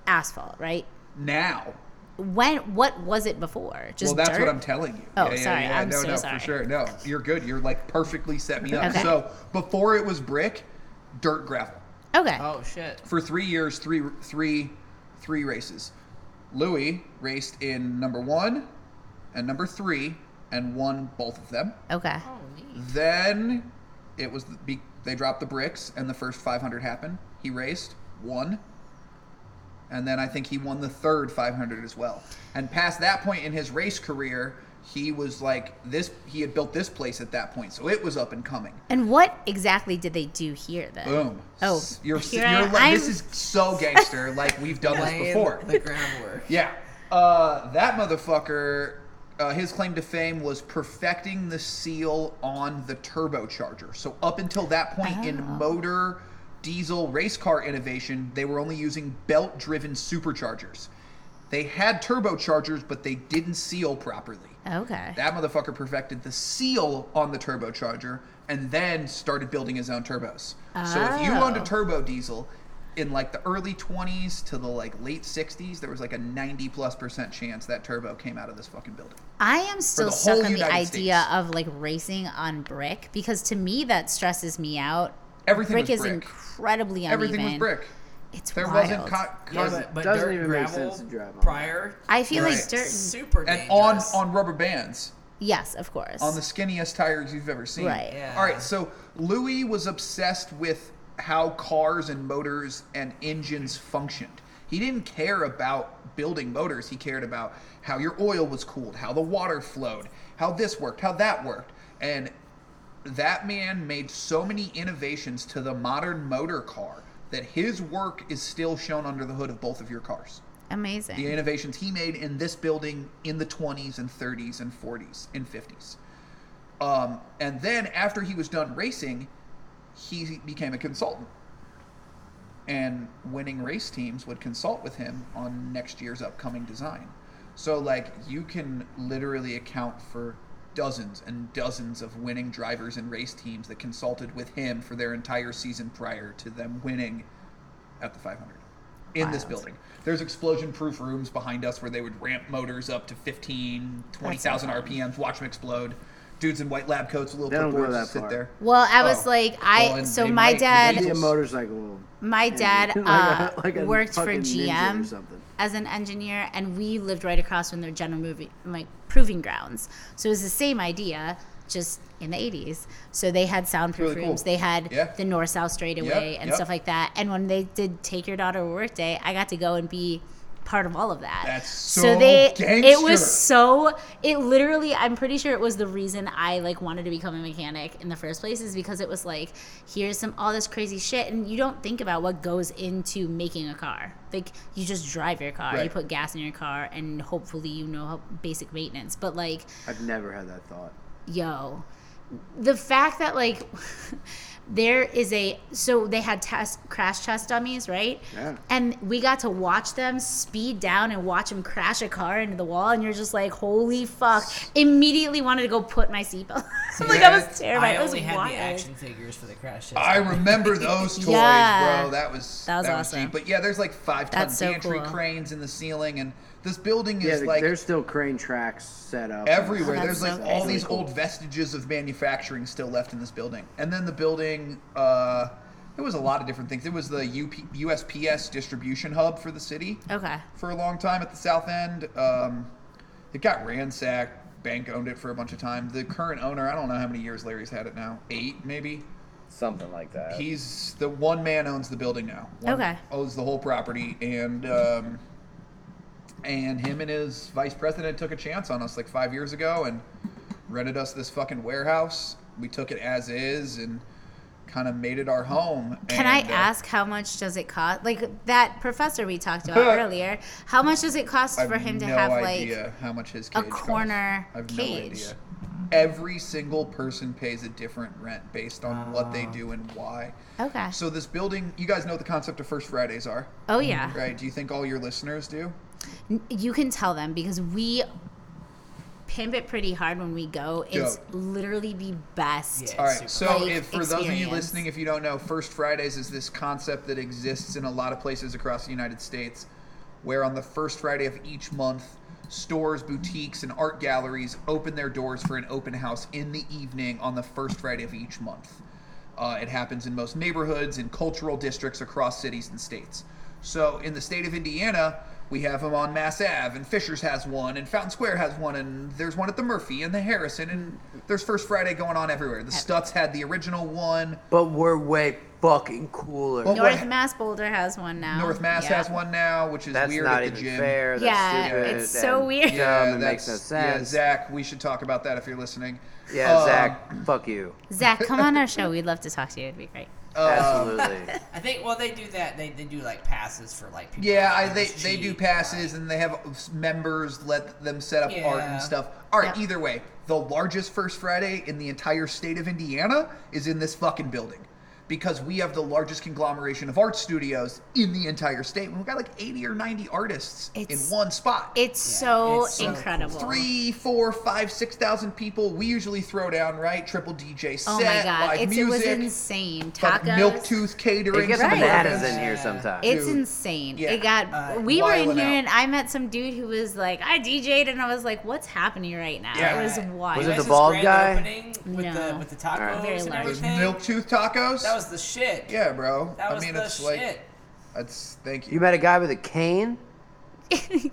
asphalt, right?
now.
When? What was it before? Just
Well, that's
dirt?
what I'm telling you.
Oh, sorry. I'm
no,
so
no,
sorry.
for sure. No, you're good. You're like perfectly set me up.
Okay.
So before it was brick, dirt gravel.
Okay.
oh shit.
for three years, three three three races. Louis raced in number one and number three and won both of them.
Okay.
Then it was the, be- they dropped the bricks and the first 500 happened. He raced, won, and then I think he won the third 500 as well. And past that point in his race career, he was like this. He had built this place at that point, so it was up and coming.
And what exactly did they do here then?
Boom.
Oh,
S- you're,
here
you're
I-
like, this
I'm-
is so gangster. like we've done
(laughs)
this
Laying
before.
the groundwork.
Yeah. Uh, that motherfucker, uh, his claim to fame was perfecting the seal on the turbocharger. So, up until that point in motor diesel race car innovation, they were only using belt driven superchargers. They had turbochargers, but they didn't seal properly.
Okay.
That motherfucker perfected the seal on the turbocharger and then started building his own turbos. So if you owned a
Oh.
turbo diesel in like the early 20s to the like late 60s, there was like a 90 plus percent chance that turbo came out of this fucking building.
I am still
the
stuck
whole
on the
United
idea
States.
of like racing on brick because to me that stresses me out.
Everything
brick
was
is
brick.
incredibly uneven.
Everything was brick.
It's
There
wild.
wasn't co-
Yeah,
cars-
but,
(laughs)
but
doesn't
dirt
even make
gravel
sense to drive on.
prior.
I feel
Right.
like dirt.
Super
and on
dangerous.
on rubber bands.
Yes, of course.
on the skinniest tires you've ever seen.
Right.
Yeah.
All right. So Louis was obsessed with how cars and motors and engines functioned. He didn't care about building motors. He cared about how your oil was cooled, how the water flowed, how this worked, how that worked, and that man made so many innovations to the modern motor car that his work is still shown under the hood of both of your cars
Amazing.
the innovations he made in this building in the 20s and 30s and 40s and 50s. Um, and then after he was done racing, he became a consultant. And winning race teams would consult with him on next year's upcoming design. So, like, you can literally account for dozens and dozens of winning drivers and race teams that consulted with him for their entire season prior to them winning at the 500 in this building. There's explosion proof rooms behind us where they would ramp motors up to 15, 20,000 RPMs, watch them explode. Dudes in white lab coats, with
They don't
little
go
clipboards
that
just sit
far.
there.
Well, I was
Oh.
like, I.
Well, and
so
they
my
might-
dad,
they
Maybe a
just-
motorcycle.
my dad
(laughs) Like a-
uh,
like a
worked for
fucking ninja or
GM
something.
as an engineer, and we lived right across from their general movie, like proving grounds. So it was the same idea, just in the '80s. So they had soundproof
Really cool.
rooms. They had
Yeah.
the north-south straightaway and
yep.
stuff like that. And when they did take your daughter to work day, I got to go and be part of all of that.
That's so
they it
gangster.
was so it literally I'm pretty sure it was the reason I like wanted to become a mechanic in the first place is because it was like here's some all this crazy shit and you don't think about what goes into making a car. Like you just drive your car, you
Right.
put gas in your car and hopefully you know how basic maintenance. But like
I've never had that thought.
yo the fact that like (laughs) there is a so they had test crash test dummies right
Yeah.
and we got to watch them speed down and watch them crash a car into the wall and you're just like holy fuck immediately wanted to go put my seatbelt on. (laughs) like i was terrified
I
it was
only had
wild.
the action figures for the crash test.
(laughs)
I remember those toys,
Yeah.
bro. That was
That was awesome.
deep. But yeah, there's like five ton
That's so
pantry
cool.
cranes in the ceiling, and this building
Yeah,
is
the-
like
there's still crane tracks set up.
everywhere.
Oh,
there's
that's
like
so
all
cool.
these old vestiges of manufacturing still left in this building. And then the building, uh, it was a lot of different things. It was the UP, USPS distribution hub for the city
okay
for a long time at the south end. Um, it got ransacked. Bank owned it for a bunch of time. The current owner, I don't know how many years Larry's had it now. Eight, maybe?
Something like that.
He's the one man owns the building now. One
Okay.
Owns the whole property, and um, and him and his vice president took a chance on us like five years ago, and rented us this fucking warehouse. We took it as is, and kind of made it our home.
Can
and,
I
uh,
ask how much does it cost? Like that professor we talked about
(laughs)
earlier, how much does it cost
I have
for him to
no
have
idea
like
how much his
a
cage costs.
corner
I have
cage?
No idea. Every single person pays a different rent based on what they do and why.
okay?
So this building, you guys know what the concept of First Fridays are,
oh yeah,
right? Do you think all your listeners do?
you can tell them because we pimp it pretty hard when we go. It's
Dope.
literally the best.
Yeah.
All right.
Super
So,
Like,
if, for those of you
experience.
listening, if you don't know, First Fridays is this concept that exists in a lot of places across the United States, where on the first Friday of each month, stores, boutiques, and art galleries open their doors for an open house in the evening on the first Friday of each month. Uh, it happens in most neighborhoods and cultural districts across cities and states. So, in the state of Indiana, we have them on Mass Ave, and Fisher's has one, and Fountain Square has one, and there's one at the Murphy and the Harrison, and there's First Friday going on everywhere. The Stutz had the original one.
But we're way fucking cooler.
Well,
North
what-
Mass Boulder has one now.
Oh, North Mass
Yeah.
has one now, which is
That's
weird
not
at the
even
gym.
fair. That's
Yeah,
stupid
it's so
and
weird.
Dumb,
Yeah,
it makes no
that's- Yeah,
sense. Yeah, Zach,
Zach, we should talk about that if you're listening. Um,
fuck you.
Zach, come on our
(laughs)
show. We'd love to talk to you. It'd be great.
uh,
Absolutely.
I think. Well, they do that. They, they do like passes for like people.
Yeah, I,
that
they,
just
they do
cheat,
passes
like-
and they have members let them set up art
Yeah.
and stuff. All right,
Yeah.
either way, the largest First Friday in the entire state of Indiana is in this fucking building because we have the largest conglomeration of art studios in the entire state. We've got like 80 or 90 artists
It's-
in one spot.
It's so
it's so cool.
incredible.
Three, four, five, six thousand people. We usually throw down, right? Triple DJ set,
Oh my god,
live
it's, it was
music,
insane.
fucking
Tacos.
Milktooth catering.
It gets
some
Right.
bananas
burgers.
in here sometimes.
It's
Dude.
insane.
Yeah.
It got.
Uh,
we were in
wildin'
here,
out.
and I met some dude who was like, "I DJ'd," and I was like, "What's happening right now?"
Yeah.
It was
Right.
wild.
Was it the
Guys'
bald
grand
guy?
opening With
No.
the with the tacos
right.
Very
and
large.
Those
everything.
Milktooth tacos.
That was the shit.
Yeah, bro.
That was
I mean,
the
it's
shit.
like that's thank you.
you met a guy with a cane?
(laughs)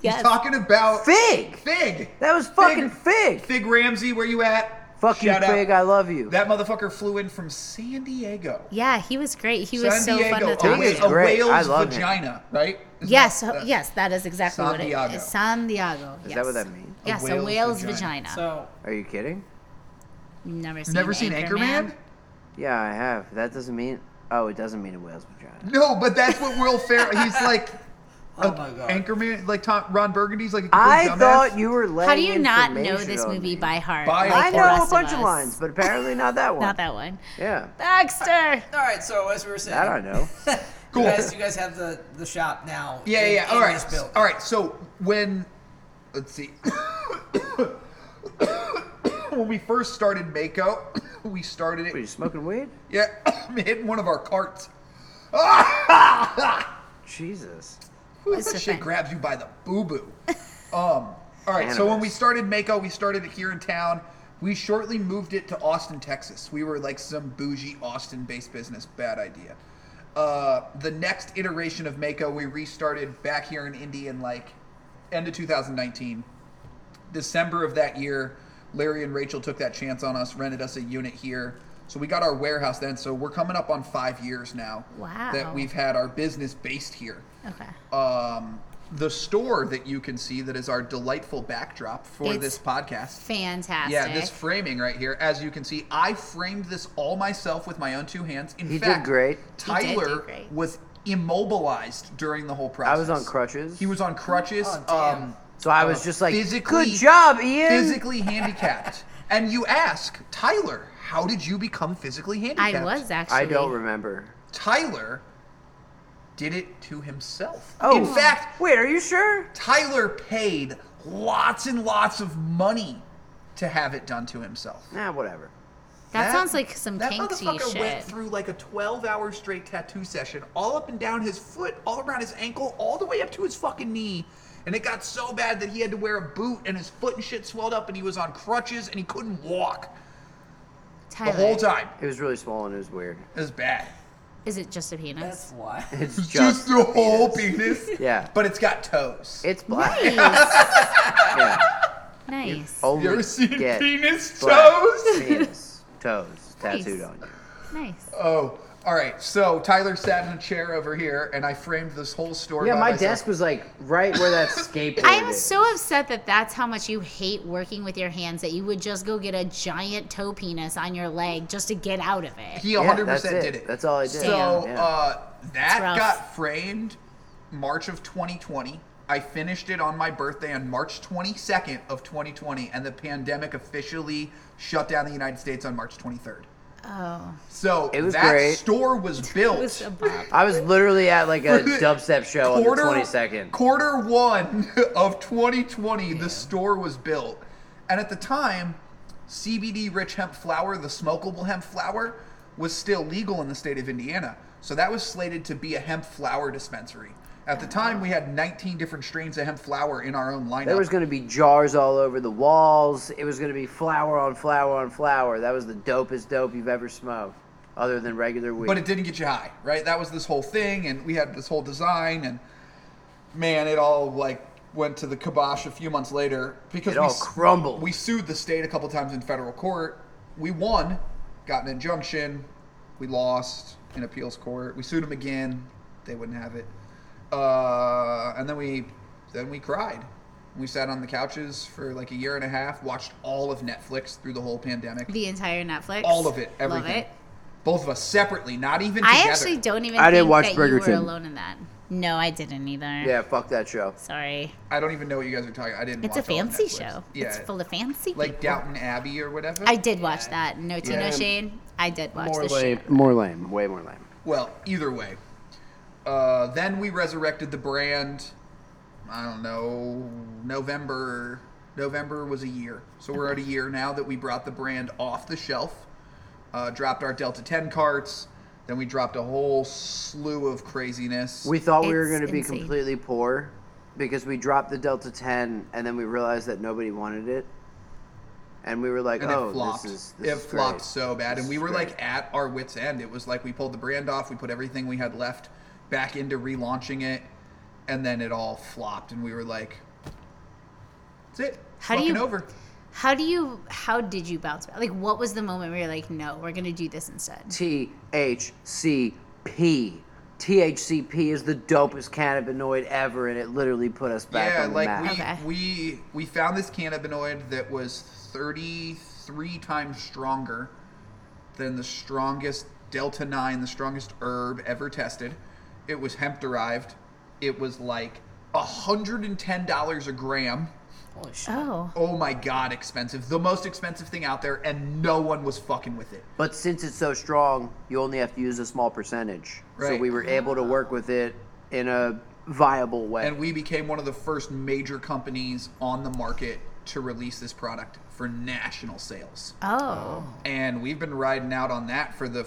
yes.
Talking about
Fig!
Fig.
That was fucking Fig!
Fig Ramsey, where you at?
Fuck you,
Shout out.
Fig, I love you.
That motherfucker flew in from San Diego.
Yeah, he was great. He
San
was so
Diego,
fun to
a
talk
Fig is
whale-
to.
a
great. I
whale's
love him.
vagina, right? Isn't
Yes,
that-
ho-
that-
yes, that is exactly
San
what it
Diego.
is. San Diego.
Is
yes.
that what that means?
Yes, a
whale's
whale's vagina.
vagina.
So
Are you kidding?
Never seen
Never seen Anchorman?
Yeah, I have. That doesn't mean. Oh, it doesn't mean a whale's vagina.
No, but that's what Will Ferrell. He's like
oh my god.
Anchorman, like Tom, Ron Burgundy's like. A complete
I
dumbass.
thought you were laying
How do you not know
information
this
on
movie
me.
by heart?
By
like
I
the
heart.
know a
rest of
bunch of
us?
lines, but apparently not that
(laughs)
one.
Not that one.
Yeah,
Baxter.
All right. So as we were saying,
that I know.
Cool.
(laughs) You guys, you guys have the the shop now.
Yeah,
in-
yeah.
in
All right,
this building.
all right. So when let's see, (coughs) when we first started Mako, (coughs) we started
Were you
it.
smoking weed?
Yeah, (coughs) I'm hitting one of our carts.
Jesus.
Ooh,
It's
that
a
shit
thing.
grabs you by the
(laughs)
boo boo. um. All right. So when we
Cannabis.
started Mako, we started it here in town. We shortly moved it to Austin, Texas. We were like some bougie Austin-based business. Bad idea. Uh, the next iteration of Mako, we restarted back here in Indy in like end of 2019. December of that year, Larry and Rachel took that chance on us, rented us a unit here. So we got our warehouse then. So we're coming up on five years now
Wow.
that we've had our business based here.
Okay.
Um, the store that you can see that is our delightful backdrop for
It's
this podcast.
Fantastic.
Yeah, this framing right here. As you can see, I framed this all myself with my own two hands. In
You did
fact,
great.
You did do
Tyler
great.
was immobilized during the whole
I
process.
was on crutches.
He was on crutches.
Oh,
damn.
um,
so I was just like,
physically-
good job, Ian. (laughs)
physically handicapped. And you ask Tyler, how did you become physically handicapped?
I was actually.
I don't remember.
Tyler did it to himself.
Oh,
in fact,
wait, are you sure?
Tyler paid lots and lots of money to have it done to himself.
Nah, whatever.
That, sounds like some
that
kinky
motherfucker went
shit.
through like a 12-hour straight tattoo session, all up and down his foot, all around his ankle, all the way up to his fucking knee. And it got so bad that he had to wear a boot, and his foot and shit swelled up, and he was on crutches, and he couldn't walk the
Tyler,
whole time.
It was really small and it was weird.
It was bad.
is it just a penis?
That's why.
It's
It's
just,
just the whole penis.
yeah.
But it's got toes.
It's black. (laughs)
(laughs)
Nice.
Yeah.
nice.
Only
you ever seen
get
penis
black
toes?
(laughs) penis toes tattooed on you.
Nice.
Oh, all right. So Tyler sat in a chair over here, and I framed this whole story.
Yeah,
by
my
myself.
desk was like right where (laughs) that skateboard.
I am
is.
so upset that that's how much you hate working with your hands that you would just go get a giant toe penis on your leg just to get out of it.
He
Yeah,
100
that's
percent
it.
did it.
That's all I did.
So
Yeah.
uh, that
rough.
got framed March of 2020. I finished it on my birthday on March 22nd of 2020, and the pandemic officially shut down the United States on March 23rd.
Oh,
So
It was
that
great.
store was built.
it's a bop.
I was literally at like a dubstep show on the
quarter,
22nd.
Quarter one (laughs) of 2020, the store was built. And at the time, CBD rich hemp flower, the smokable hemp flower, was still legal in the state of Indiana. So that was slated to be a hemp flower dispensary. At the time, we had 19 different strains of hemp flower in our own lineup.
There was going to be jars all over the walls. It was going to be flower on flower on flower. That was the dopest dope you've ever smoked, other than regular weed.
but it didn't get you high, right? That was this whole thing, and we had this whole design, and man, it all like went to the kibosh a few months later because
It
we
all
s-
crumbled.
We sued the state a couple times in federal court. We won, got an injunction. We lost in appeals court. We sued them again. They wouldn't have it. Uh, and then we then we cried. We sat on the couches for like a year and a half, watched all of Netflix through the whole pandemic.
the entire Netflix.
All of it, everything.
Love it.
Both of us separately, not even together.
I actually don't even.
I
think
didn't watch
that You
Bridgerton.
were alone in that. No, I didn't either.
yeah, fuck that show.
Sorry.
I don't even know what you guys are talking. I didn't.
It's a
watch all of
fancy
Netflix.
show.
Yeah,
It's full of fancy
like
people.
Downton Abbey or whatever.
I did watch that. No tea, no
Yeah.
shade. I did watch
More
the
lame.
shit.
More lame. Way more lame.
Well, either way. Uh, then we resurrected the brand. I don't know. November. November was a year, so we're at a year now that we brought the brand off the shelf. Uh, dropped our Delta Ten carts. Then we dropped a whole slew of craziness.
We thought we were
It's
going to be
insane.
completely poor because we dropped the Delta 10 and then we realized that nobody wanted it. And we were like,
and
oh,
it flopped.
this is this
it
is great.
flopped so bad,
This
and we
is
were
great.
like at our wits' end. It was like we pulled the brand off, we put everything we had left back into relaunching it, and then it all flopped, and we were like, "That's it. It's
How do
fucking
you-
over?"
How do you? How did you bounce back? Like, what was the moment where you're like, no, we're gonna do this instead?
THCP. THCP is the dopest cannabinoid ever, and it literally put us back
yeah,
on the
like
map.
we
Okay.
we we found this cannabinoid that was 33 times stronger than the strongest delta 9, the strongest herb ever tested. It was hemp derived. It was like $110 a gram.
Holy shit.
Oh,
Oh my god, expensive. The most expensive thing out there and no one was fucking with it.
But since it's so strong, you only have to use a small percentage. So
Right.
we were able to work with it in a viable way.
And we became one of the first major companies on the market to release this product for national sales.
oh,
and we've been riding out on that for the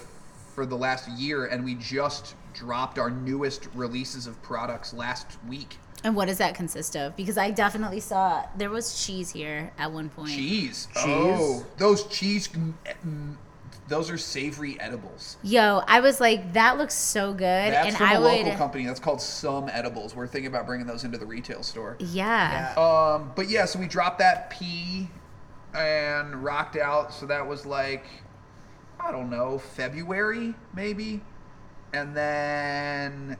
for the last year and we just dropped our newest releases of products last week
and what does that consist of? Because I definitely saw there was cheese here at one point.
cheese oh those cheese mm, those are savory edibles
Yo, I was like, that looks so good,
that's
and
from
I
a
would,
local company that's called some edibles we're thinking about bringing those into the retail store
yeah.
um but yeah so we dropped that p and rocked out so that was like i don't know february maybe and then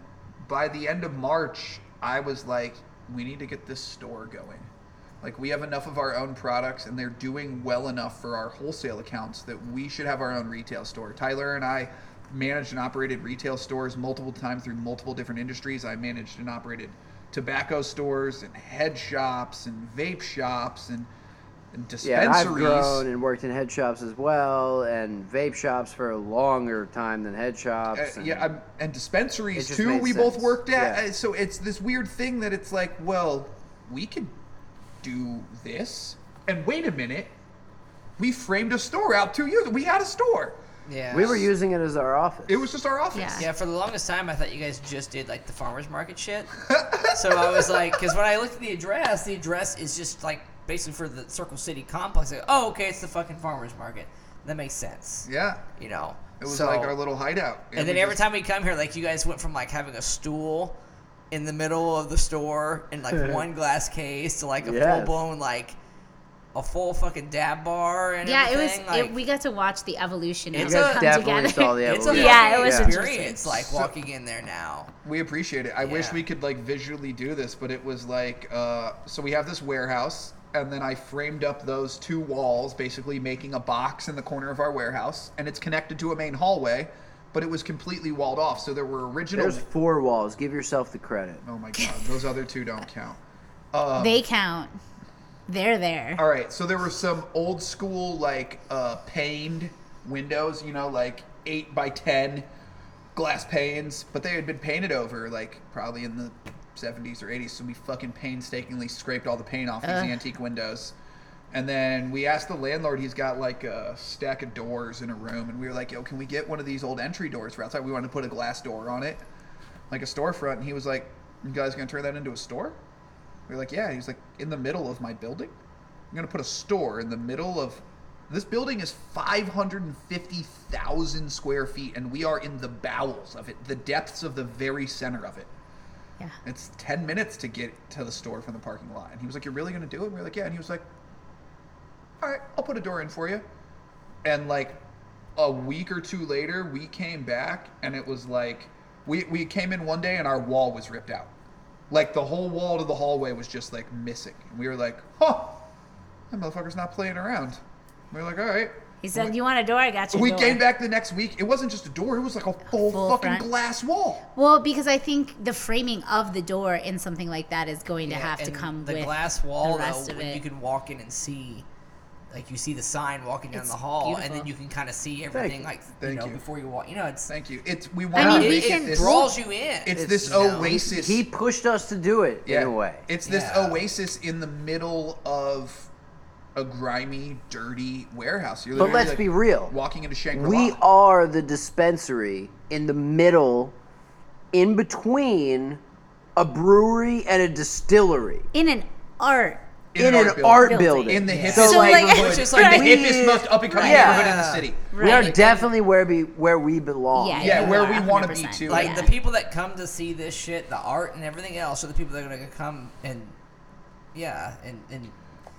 by the end of march i was like we need to get this store going. Like we have enough of our own products and they're doing well enough for our wholesale accounts that we should have our own retail store. Tyler and I managed and operated retail stores multiple times through multiple different industries. I managed and operated tobacco stores and head shops and vape shops and, and
Yeah, and
dispensaries.
I've grown and worked in head shops as well, and vape shops for a longer time than head
Uh,
shops. and-
yeah, I'm, and
It
dispensaries
just
too.
made
We both
sense.
worked at.
Yeah.
Uh, So it's this weird thing that it's like, well, we could do this. And wait a minute, we framed a store out two years. We had a store.
Yeah.
we were using it as our office.
It was just our office.
Yeah.
Yeah, for the longest time, I thought you guys just did like the farmers
(laughs)
market shit. so I was like, because when I looked at the address, the address is just like basically for the Circle City complex. Like, oh, okay, it's the fucking farmers market. That makes sense.
Yeah.
You know.
It was
So-
like our little hideout.
And then
we
every
just-
time we come here, like you guys went from like having a stool in the middle of the store and like one glass case to like a
Yes.
full blown like a full fucking dab bar and
Yeah, it was.
everything.
it,
Like,
we got to watch the evolution
It's
of it
a-
Guys
come
definitely saw
together.
the
it's a
evolution.
Yeah, it
fucking
was
experience like
So-
walking in there now.
we appreciate it. I wish
Yeah.
we could like visually do this, but it was like uh, so we have this warehouse, and then I framed up those two walls, basically making a box in the corner of our warehouse, and it's connected to a main hallway, but it was completely walled off. So there were original.
There's four walls. Give yourself the credit.
(laughs) oh my god, those other two don't count.
(laughs) They count. They're there.
All right, so there were some old school like uh, paned windows, you know, like eight by ten glass panes, but they had been painted over like probably in the seventies or eighties. So we fucking painstakingly scraped all the paint off these antique windows, and then we asked the landlord. He's got like a stack of doors in a room, and we were like, "Yo, can we get one of these old entry doors for outside? We wanted to put a glass door on it, like a storefront." And he was like, "You guys gonna turn that into a store?" We were like, yeah. He was like, in the middle of my building? I'm going to put a store in the middle of. This building is 550,000 square feet, and we are in the bowels of it, the depths of the very center of it.
Yeah.
It's 10 minutes to get to the store from the parking lot. And he was like, You're really going to do it? And we were like, Yeah. And he was like, All right, I'll put a door in for you. And like a week or two later, we came back, and it was like, we, we came in one day, and our wall was ripped out like the whole wall to the hallway was just like missing. And we were like, huh, that motherfucker's not playing around. And we were like, all right.
He said, "You want a door? I got you." a
we
door."
came back the next week. It wasn't just a door; it was like a full,
full
fucking
front.
glass wall.
Well, because I think the framing of the door in something like that is going to
Yeah,
have to
and
come
the
with
glass wall
the rest
though,
of
when
it.
you can walk in and see like you see the sign walking down
It's
the hall and then
beautiful.
you can kind of see everything
you.
like you
Thank
know
you.
before you walk you know it's
Thank you. It's we
mean,
want
we
it,
can
this,
draws you in
It's,
it's,
this
you know,
oasis.
He pushed us to do it in a way.
It's this
Yeah.
oasis in the middle of a grimy, dirty warehouse. You're
But
literally,
let's
like,
be real.
Walking into Shangri-La.
We are the dispensary in the middle, in between a brewery and a distillery.
in an art.
In
In,
an
an
art
art,
building.
building.
in the hippest
So, like-
neighborhood,
Which is
in
like-
the hippest,
We-
most up-and-coming
Yeah.
neighborhood in the city.
We are
Right.
definitely where we where we belong.
Yeah.
Yeah,
you
where
are,
we want to be
100%.
too.
like
Yeah.
the people that come to see this shit the art and everything else are the people that are gonna come and yeah and and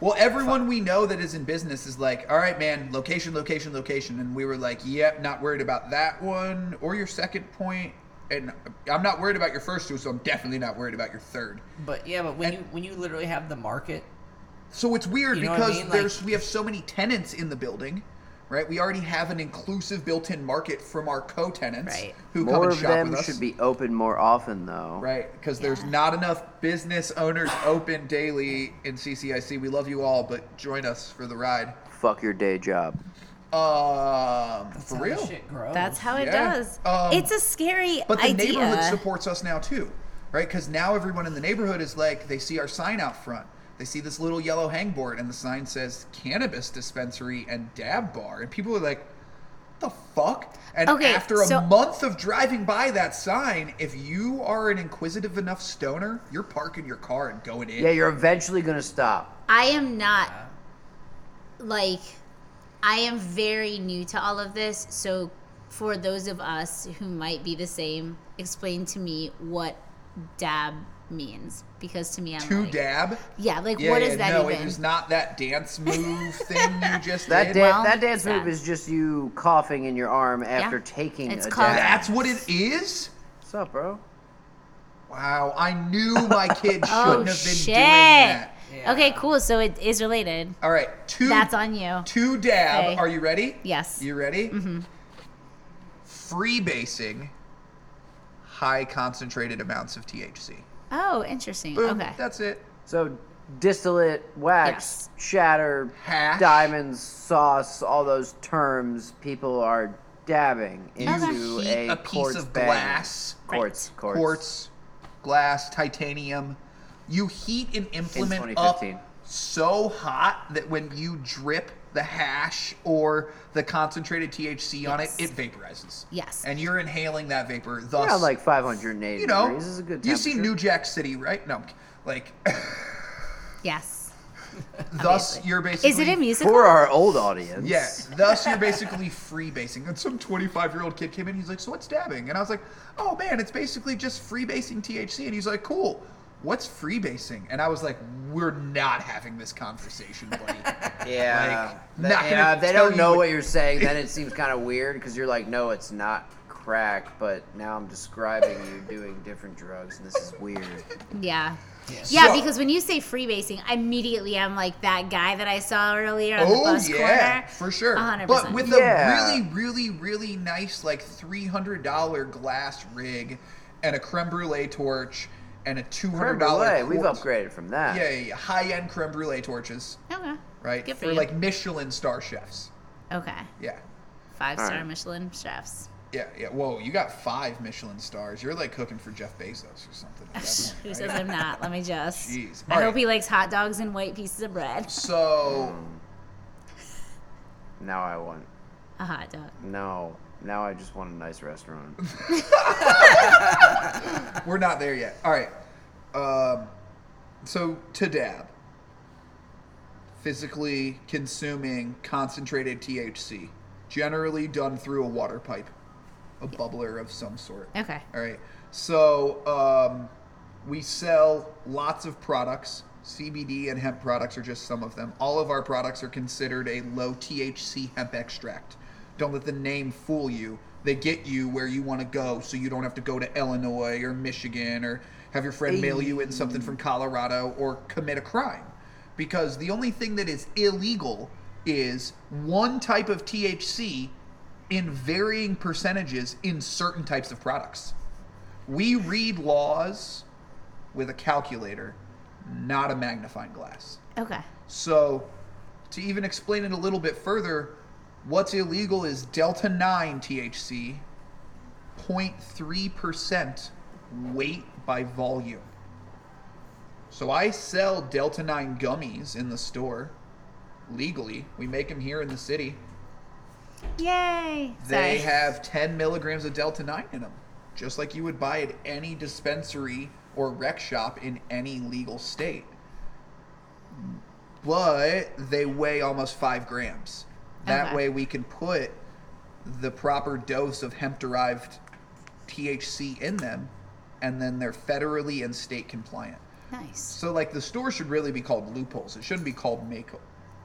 Well, everyone we know that is in business is like, all right, man, location, location, location. And we were like, yep, not worried about that one or your second point. And I'm not worried about your first two, so I'm definitely not worried about your third.
but yeah but when you when you literally have the market
So it's weird
You know what I
because
mean? Like-
there's we have so many tenants in the building, right? We already have an inclusive built-in market from our co-tenants
Right.
who come
More
and
of
shop
them
with us.
should be open more often, though.
Right, because there's not enough business owners open daily in CCIC. We love you all, but join us for the ride.
Fuck your day job.
Um,
that's
for
how
real.
this shit grows.
That's how it
Oh, Yeah.
does.
Um,
it's a scary
But the
idea.
neighborhood supports us now too, right? Because now everyone in the neighborhood is like, they see our sign out front. They see this little yellow hangboard, and the sign says cannabis dispensary and dab bar, and people are like, "The fuck!" And
Okay,
after a
so-
month of driving by that sign, if you are an inquisitive enough stoner, you're parking your car and going in.
Yeah, you're eventually gonna stop.
I am not like I am very new to all of this, so for those of us who might be the same, explain to me what dab means because to me I'm
to
like,
dab.
Yeah, like
Yeah,
what
yeah,
is that
no,
even?
it is not that dance move thing
(laughs)
you just
That
did.
da-
Well,
that dance
sad.
move is just you coughing in your arm after taking
It's
a
called-
dab.
That's what it is.
What's up, bro?
Wow, I knew
(laughs)
my kid shouldn't have been
Oh, shit.
doing that.
Okay, cool. So it is related.
All right, two.
That's on you.
Two dab.
Okay.
Are you ready?
Yes.
You ready? Mm-hmm. Freebasing high concentrated amounts of THC.
Oh, interesting.
Boom,
Okay.
That's it.
So distillate, wax, shatter,
Hash.
diamonds, sauce, all those terms people are dabbing into
Heat
a,
a piece
quartz
of
bang.
glass,
Quartz, quartz.
quartz, glass, titanium. You heat an implement up
2015.
so hot that when you drip the hash or the concentrated THC on it, it vaporizes.
Yes.
And you're inhaling that vapor, thus
Around like 508
you know,
degrees is a good
you see
temperature.
New Jack City, right? No, like, (laughs)
Yes.
thus you're basically.
Is it a musical?
For our old audience.
Yeah,
(laughs)
thus you're basically freebasing. And some 25 year old kid came in, he's like, So what's dabbing? And I was like, Oh man, it's basically just freebasing THC. And he's like, Cool, what's freebasing? And I was like, We're not having
(laughs)
this conversation, buddy.
Yeah.
Like,
They-
not gonna
yeah, if they
tell
don't
you
know
what-
what you're saying,
(laughs)
then it seems kind of weird because you're like, no, it's not crack, but now I'm describing you doing different drugs, and this is weird.
Yeah.
Yes.
Yeah,
So-
because when you say freebasing, I immediately am like that guy that I saw earlier on the
Oh
bus
yeah,
corner.
for sure.
100%.
But with
Yeah.
a really, really, really nice like three hundred dollar glass rig, and a creme brulee torch, and a two (laughs) hundred
Hey,
dollar.
we've upgraded from that.
Yeah, yeah, yeah. high end creme brulee torches,
Okay.
right?
Good for
They're
you.
like Michelin star chefs.
Okay.
Yeah,
Five star
right.
Michelin chefs.
yeah, yeah. Whoa, you got five Michelin stars. You're like cooking for Jeff Bezos or something.
(laughs)
at that
Who
point,
says
right?
I'm not? Let me just.
Jeez.
I
All
hope
right.
he likes hot dogs and white pieces of bread.
So
Now I want.
A hot dog.
No. Now I just want a nice restaurant.
we're not there yet. All right. Um, so to dab, physically consuming concentrated THC, generally done through a water pipe, a bubbler of some sort.
Okay.
All right. So um, we sell lots of products. CBD and hemp products are just some of them. All of our products are considered a low THC hemp extract. Don't let the name fool you. They get you where you want to go so you don't have to go to Illinois or Michigan or have your friend mail you in something from Colorado or commit a crime. Because the only thing that is illegal is one type of THC in varying percentages in certain types of products. We read laws with a calculator, not a magnifying glass.
Okay.
So, to even explain it a little bit further, what's illegal is delta 9 THC, 0.3% weight by volume. So, I sell delta 9 gummies in the store legally. We make them here in the city.
Yay. Sorry.
They have 10 milligrams of Delta 9 in them, just like you would buy at any dispensary or rec shop in any legal state. But they weigh almost 5 grams. That
Okay.
way we can put the proper dose of hemp derived THC in them, and then they're federally and state compliant.
nice.
So like the store should really be called loopholes. It shouldn't be called Mako.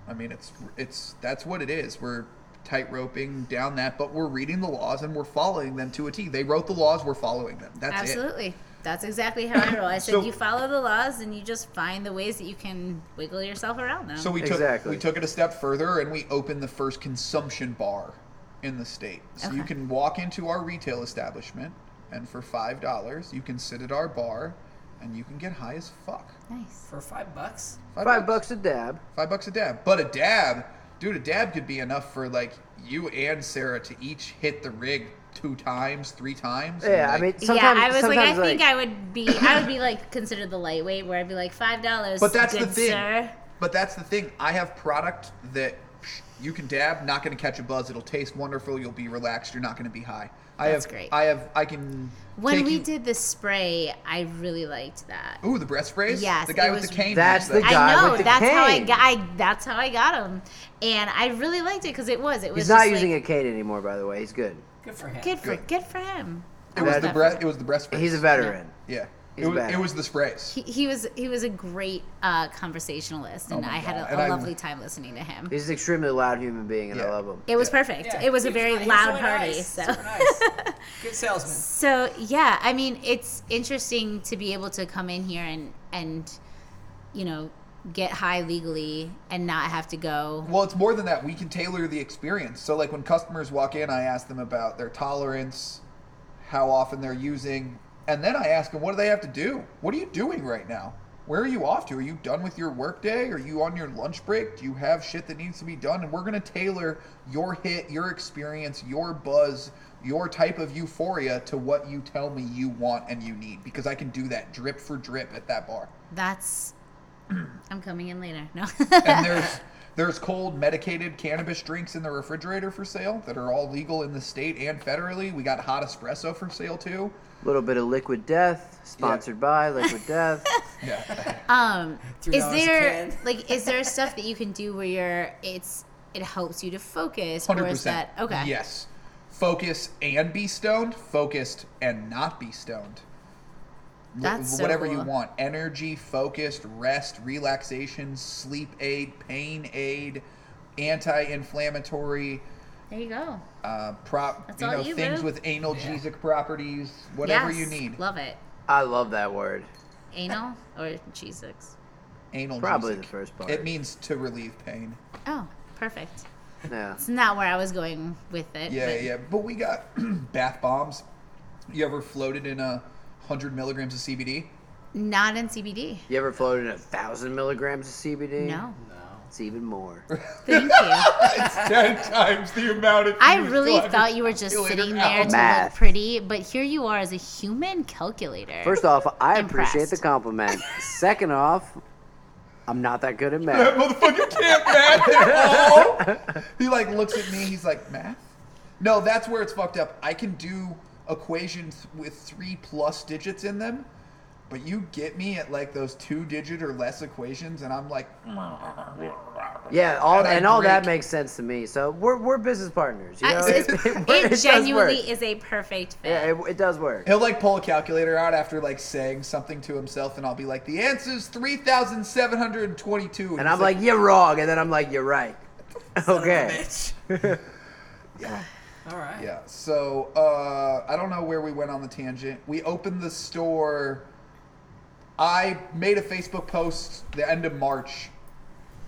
I mean, it's it's that's what it is. We're tightroping down that, but we're reading the laws and we're following them to a T. They wrote the laws, we're following them. That's it.
Absolutely. That's exactly how I roll. I said
So-
you follow the laws and you just find the ways that you can wiggle yourself around them.
So we took
Exactly.
we took it a step further and we opened the first consumption bar in the state. So you
Okay.
can walk into our retail establishment and for five dollars you can sit at our bar and you can get high as fuck.
nice.
For five bucks?
(laughs) Five bucks a dab.
Five bucks a dab. But a dab, dude, a dab could be enough for like you and Sarah to each hit the rig two times, three times. and,
Yeah, I
like,
mean, sometimes.
yeah, I was like, I
sometimes,
think I would be, I would be like considered the lightweight, where I'd be like five dollars.
But that's the
good
thing.
Sir.
But that's the thing. I have product that psh, you can dab, not going to catch a buzz. It'll taste wonderful. You'll be relaxed. You're not going to be high. I
That's
have,
great.
I have, I can.
When
take
we
you-
did the spray, I really liked that.
Ooh, the breath sprays.
Yes,
the guy
it
with
was-
the cane.
That's
used
the
that.
guy
I know
with the
that's how I
cane.
got. I, that's how I got him, and I really liked it because it was. It was.
He's not
just
using
like,
a cane anymore, by the way. He's good.
Good for him.
Good for
Good.
good for him.
It was the
That's-
breath. It was the breath sprays.
He's a veteran.
Yeah.
He's
it was
bad.
it was the sprays.
He, he was he was a great uh, conversationalist, and
my
I had
God.
a,
And
a
I-
lovely time listening to him.
He's an extremely loud human being, and I
Yeah.
love him.
It was perfect. it was a very loud party. So. (laughs)
Good salesman.
So yeah, I mean, it's interesting to be able to come in here and and you know get high legally and not have to go.
Well, it's more than that. We can tailor the experience. So, like when customers walk in, I ask them about their tolerance, how often they're using, and then I ask them, what do they have to do? What are you doing right now? Where are you off to? Are you done with your workday? Are you on your lunch break? Do you have shit that needs to be done? And we're going to tailor your hit, your experience, your buzz, your type of euphoria to what you tell me you want and you need because I can do that drip for drip at that bar. (clears throat)
That's I'm coming in later. No.
and there's there's cold medicated cannabis drinks in the refrigerator for sale that are all legal in the state and federally. We got hot espresso for sale too.
A little bit of Liquid Death, sponsored
(laughs)
by Liquid Death.
Yeah.
(laughs) um, is
$3 a
there
(laughs)
can.
like is there stuff that you can do where you're it's it helps you to focus,
Hundred
or is
percent.
that okay?
Yes. Focus and be stoned. Focused and not be stoned. Wh-
That's so
whatever you
cool.
want. Energy, focused, rest, relaxation, sleep aid, pain aid, anti-inflammatory,
There you go.
uh, prop.
That's
you
all
know
you,
things
boo.
with analgesic properties. Whatever
Yes,
you need.
Love it.
I love that word.
Anal or cheesecakes.
Analgesic.
Probably the first part.
It means to relieve pain.
Oh, perfect.
Yeah.
It's not where I was going with it.
Yeah,
but-
yeah. But we got (clears throat) bath bombs. You ever floated in a hundred milligrams of CBD?
Not in CBD.
You ever floated in a thousand milligrams of
Mm.
CBD?
No.
It's even (laughs) more.
Thank you.
It's ten times the amount. Of
I really thought you were just sitting there to
Math.
look pretty, but here you are as a human calculator.
First off, I
Impressed.
appreciate
(laughs)
the compliment. Second off, I'm not that good at math.
motherfucker can't math at all. He like looks at me. He's like math. No, that's where it's fucked up. I can do equations with three plus digits in them, but you get me at like those two digit or less equations, and I'm like,
Yeah, all
And I
and all that
drink.
makes sense to me. So we're we're business partners. You
I-
know?
so it's- it
does
genuinely
work.
is a perfect fit.
Yeah, it, it does work.
He'll like pull a calculator out after like saying something to himself, and I'll be like, "The answer's three thousand seven hundred and twenty-two.
And I'm like, you're wrong, and then I'm like, you're right.
(laughs)
Okay.
Bitch. All right.
"Yeah." So uh, I don't know where we went on the tangent. We opened the store. I made a Facebook post the end of March,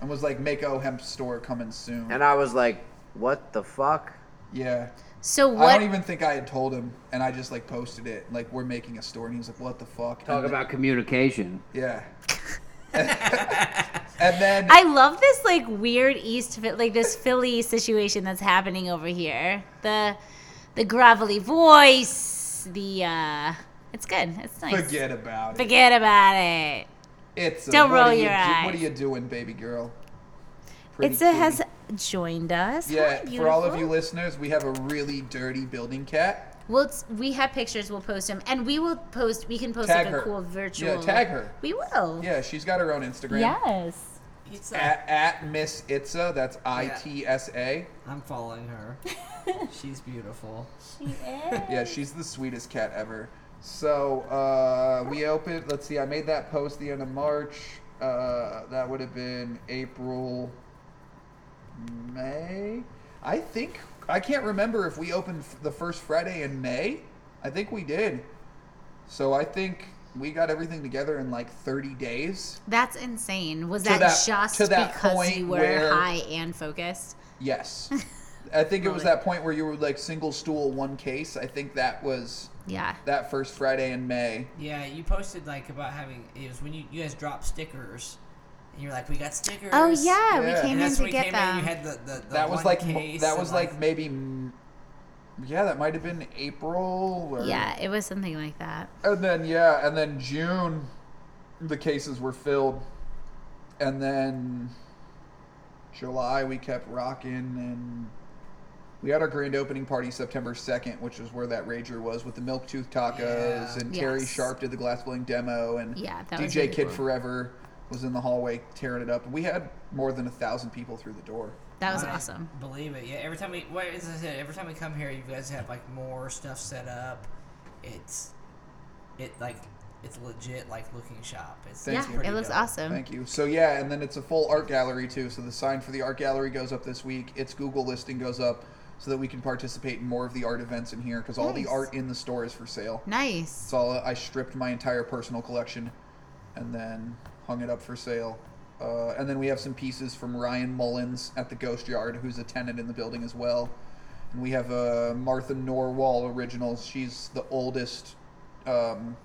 and was like, "Mako Hemp Store coming soon."
And I was like, what the fuck?
yeah,
So
I
what?
don't even think I had told him, and I just like posted it, like we're making a store, and he was like, "What the fuck?"
Talk
And then-
about communication. (laughs)
yeah. (laughs) and then
I love this like weird East, Phil- like this Philly situation that's happening over here. The the gravelly voice. The uh, it's good. It's nice.
forget about it.
Forget about it.
It's a,
Don't
what
roll
are you
your
do- What
eyes.
are you doing, baby girl? Pretty
Itza has
kitty.
joined us.
Yeah,
Hi,
for all of
beautiful.
you listeners, we have a really dirty building cat.
Well, it's, we have pictures. We'll post them, and we will post. We can post
Tag
like a
her.
cool virtual.
Yeah, tag her.
We will.
Yeah, she's got her own Instagram.
Yes.
It's
At, at Miss Itza, that's I T S A.
I'm following (laughs) her. She's beautiful.
Yeah, she's the sweetest cat ever. So uh, we opened. Let's see. I made that post the end of March. Uh, that would have been April, May. I think I can't remember if we opened f- the first Friday in May. I think we did. So I think we got everything together in like 30 days.
That's insane. Was
To
that,
that-
just
to that
because
point
you were
where-
high and focused?
Yes. I think it was
Really?
that point where you were like single stool, one case. I think that was
Yeah.
that first Friday in May.
Yeah, you posted like about having it was when you, you guys dropped stickers, and you're like, we got stickers.
Oh yeah,
Yeah.
we came
And
in
that's
to
when we
get
came
them.
in. You had the, the, the
that was
one
like mo-
case
that
and,
was like maybe m- yeah that might have been april or
yeah, it was something like that.
and then yeah and then june the cases were filled and then july we kept rocking and we had our grand opening party september 2nd which is where that rager was with the milk tooth tacos
Yeah.
and terry
Yes.
sharp did the glass blowing demo and
Yeah, that
dj
was really
kid
cool.
forever was in the hallway tearing it up we had more than a thousand people through the door
That was
I
awesome.
Believe it. Yeah. Every time we, well, as I said, every time we come here, you guys have like more stuff set up. It's, it like it's legit like looking shop. It's,
Thank
it's
you.
yeah,
pretty
it looks
dope.
awesome.
Thank you. So yeah, and then it's a full art gallery too. So the sign for the art gallery goes up this week. Its Google listing goes up so that we can participate in more of the art events in here because all the
Nice.
art in the store is for sale.
Nice.
It's all uh, I stripped my entire personal collection and then hung it up for sale. Uh, and then we have some pieces from Ryan Mullins at the Ghost Yard, who's a tenant in the building as well. And we have a Martha Norwall original. She's the oldest. Um,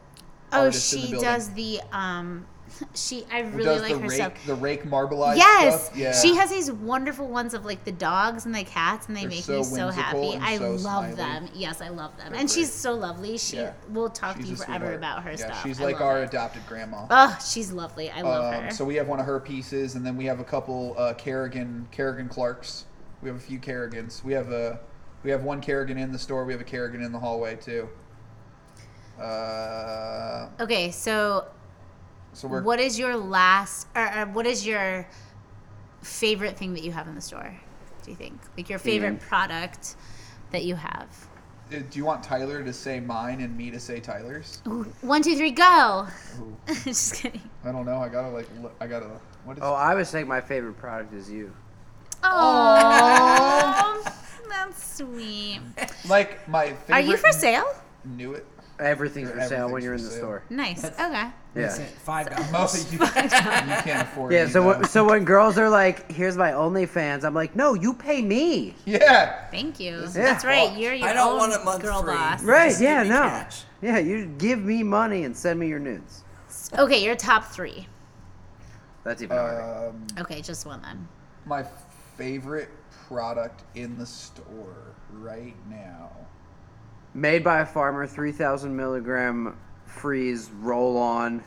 Oh,
artist in the
she
building.
does the um, (laughs) she. I
Who
really
does
like
the
her
rake,
stuff.
the rake marbleized
Yes,
stuff. Yeah.
she has these wonderful ones of like the dogs and the cats, and they
They're
make
so
me so
whimsical
happy.
and
I
so
love
smiley.
them. Yes, I love them,
They're
and she's
great.
so lovely. She
Yeah.
will talk
She's
to you
a
forever
sweetheart.
about her
yeah,
stuff.
She's
I
like
love
our
her.
adopted grandma.
Oh, she's lovely. I love her.
Um, so we have one of her pieces, and then we have a couple uh, Kerrigan Kerrigan Clarks. We have a few Kerrigans. We have a we have one Kerrigan in the store. We have a Kerrigan in the hallway too. Uh,
okay, so
so we're
what is your last or, or what is your favorite thing that you have in the store? Do you think like your
Mm.
favorite product that you have?
Uh, do you want Tyler to say mine and me to say Tyler's?
Ooh, One, two, three, go. (laughs) Just kidding.
I don't know. I gotta like look, I gotta what is
Oh, I was saying my favorite product is you.
Oh, (laughs) that's sweet.
like my favorite.
Are you for sale?
Knew it.
Everything's for sale
Everything's
when you're in
for
the
sale.
store.
Nice. Okay.
It's
Yeah.
at
(laughs)
Five dollars.
Most Oh, you, you
(laughs)
can't afford.
Yeah.
me,
So
though.
when, so when girls are like, "Here's my OnlyFans," I'm like, "No, you pay me."
(laughs) yeah.
Thank you.
is
That's
fucked.
right. You're your
I don't
own
want a month
girl
free.
boss.
Right?
Just give
Yeah.
me
No.
cash.
Yeah. You give me money and send me your nudes.
Okay, your top three.
That's even harder.
Um,
Okay, just one then.
my favorite product in the store right now.
Made by a farmer, three thousand milligram freeze roll on.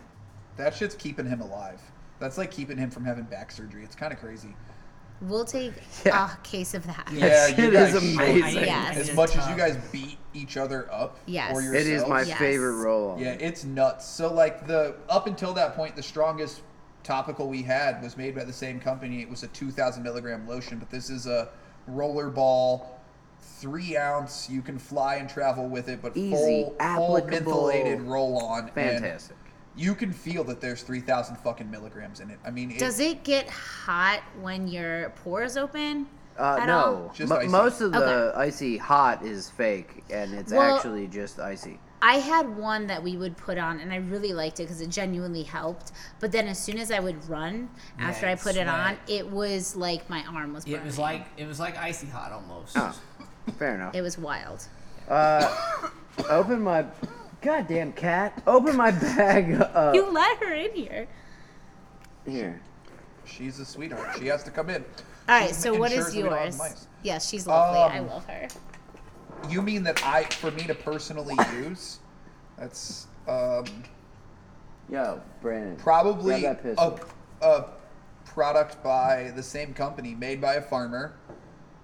That shit's keeping him alive. That's like keeping him from having back surgery. It's kind of crazy.
We'll take
Yeah.
a case of that.
Yeah,
shit is
should.
amazing.
Yes.
As much as you guys beat each other up,
Yes.
or
It
yourselves,
It is my
Yes.
favorite roll on.
Yeah, it's nuts. So like the up until that point, the strongest topical we had was made by the same company. It was a 2,000 milligram lotion, but this is a rollerball, three ounce. You can fly and travel with it, but
Easy,
full, full
applicable.
mentholated roll on.
Fantastic.
You can feel that there's 3,000 fucking milligrams in it. I mean, it,
Does it get hot when your pores open?
Uh,
At
no,
all?
Just
Mo-
icy.
most of the
Okay.
icy hot is fake, and it's
Well-
actually just icy.
I had one that we would put on, and I really liked it because it genuinely helped. But then, as soon as I would run after
Yeah,
I put it on,
sweat.
it was like my arm was burning.
It was like it was like icy hot almost. (laughs)
Fair enough. Uh,
it was wild.
Open my goddamn cat. Open my bag up.
You let her in here.
Here.
she's a sweetheart. She has to come in.
All right.
She's
So what
ensures
is
that we don't have
yours?
mice.
Yes, she's lovely. I
Um,
love her.
You mean that I, for me to personally use, that's um,
Yo, Brandon.
probably
Grab that
a,
pistol.
a product by the same company, made by a farmer.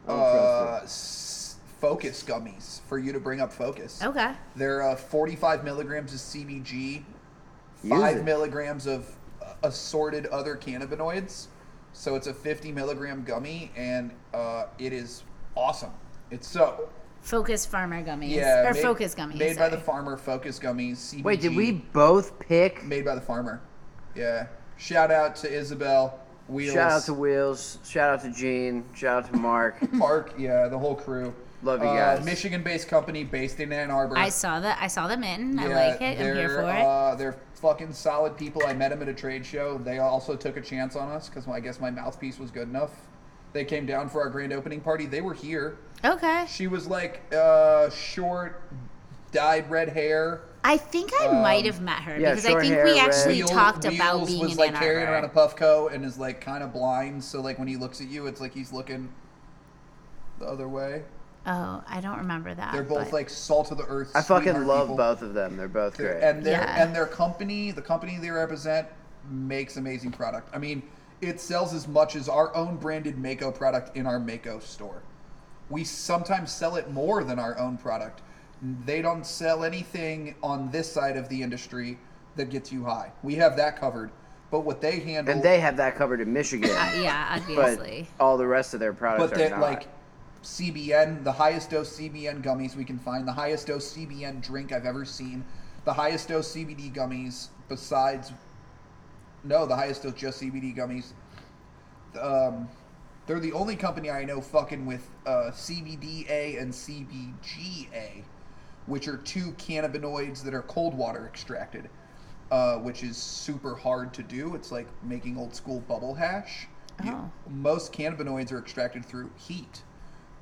I don't trust
Uh,
her.
s- focus gummies for you to bring up focus.
Okay.
They're uh, 45 milligrams of CBG,
Use
five
it.
milligrams of uh, assorted other cannabinoids. So it's a 50 milligram gummy, and uh, it is awesome. It's so
Focus farmer gummies.
yeah,
or
made-
focus gummies.
made by
sorry.
the farmer. Focus gummies. CBG,
Wait, did we both pick?
Made by the farmer. Yeah. Shout out to Isabel. Wheels.
Shout out to Wheels. Shout out to Gene. Shout out to
(laughs)
Mark.
Mark. Yeah, the whole crew.
Love you
Uh,
guys.
Michigan-based company based in Ann Arbor.
I saw that. I saw them in. I
Yeah,
like it. I'm here
they're,
for it.
Uh, they're fucking solid people. I met them at a trade show. They also took a chance on us because I guess my mouthpiece was good enough. They came down for our grand opening party. They were here.
Okay.
She was like uh, short, dyed red hair.
I think I might have met her
Um, yeah,
because I
short
think
hair,
we
red.
actually
Wheel-
talked about
Wheels
being
was
in
like
Ann
carrying
Arbor.
around a puff coat and is like kind of blind. So like when he looks at you, it's like he's looking the other way.
Oh, I don't remember that.
They're both
but-
like salt of the earth.
I fucking
sweetheart
love
people.
both of them. They're both
They're-
great.
and their
Yeah.
and their company, the company they represent, makes amazing product. I mean, it sells as much as our own branded Mako product in our Mako store. We sometimes sell it more than our own product. They don't sell anything on this side of the industry that gets you high. We have that covered. But what they handle
And they have that covered in Michigan.
uh,
(laughs)
yeah,
but
obviously.
all the rest of their products
but
are
that
not.
like CBN, the highest dose CBN gummies we can find, the highest dose CBN drink I've ever seen. the highest dose CBD gummies besides no, the highest dose just CBD gummies. Um, they're the only company I know fucking with uh, CBDA and CBGA, which are two cannabinoids that are cold water extracted, uh, which is super hard to do. It's like making old school bubble hash. You-
Oh.
most cannabinoids are extracted through heat,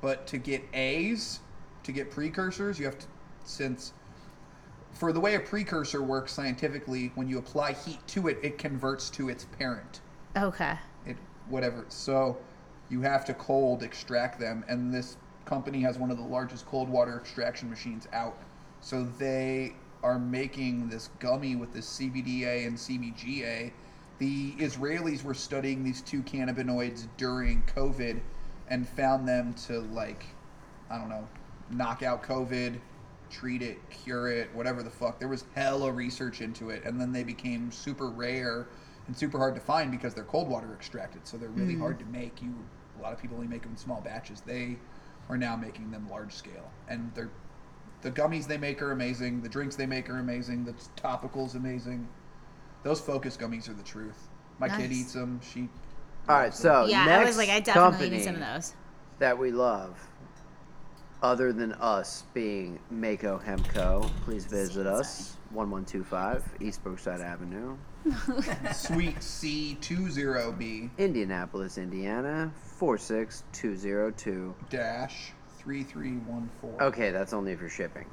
but to get A's, to get precursors, you have to since for the way a precursor works scientifically, when you apply heat to it, it converts to its parent.
Okay.
It whatever. So you have to cold extract them, and this company has one of the largest cold water extraction machines out. So they are making this gummy with this CBDA and CBGA. The Israelis were studying these two cannabinoids during COVID and found them to like I don't know, knock out COVID, treat it, cure it, whatever the fuck. There was hella research into it, and then they became super rare and super hard to find because they're cold water extracted, so they're really hard to make. You, a lot of people only make them in small batches. They are now making them large scale, and they're the gummies they make are amazing. The drinks they make are amazing. The topicals amazing. Those focus gummies are the truth. My kid
Nice.
eats them. She
All right, so
yeah,
Oh, next
I was like, I definitely
company
need some of those.
that we love, other than us being Mako Hemco, please visit us one one two five East Brookside Avenue,
sweet C two zero B
Indianapolis, Indiana four six two zero two.
dash three three one four.
Okay, that's only if you're shipping.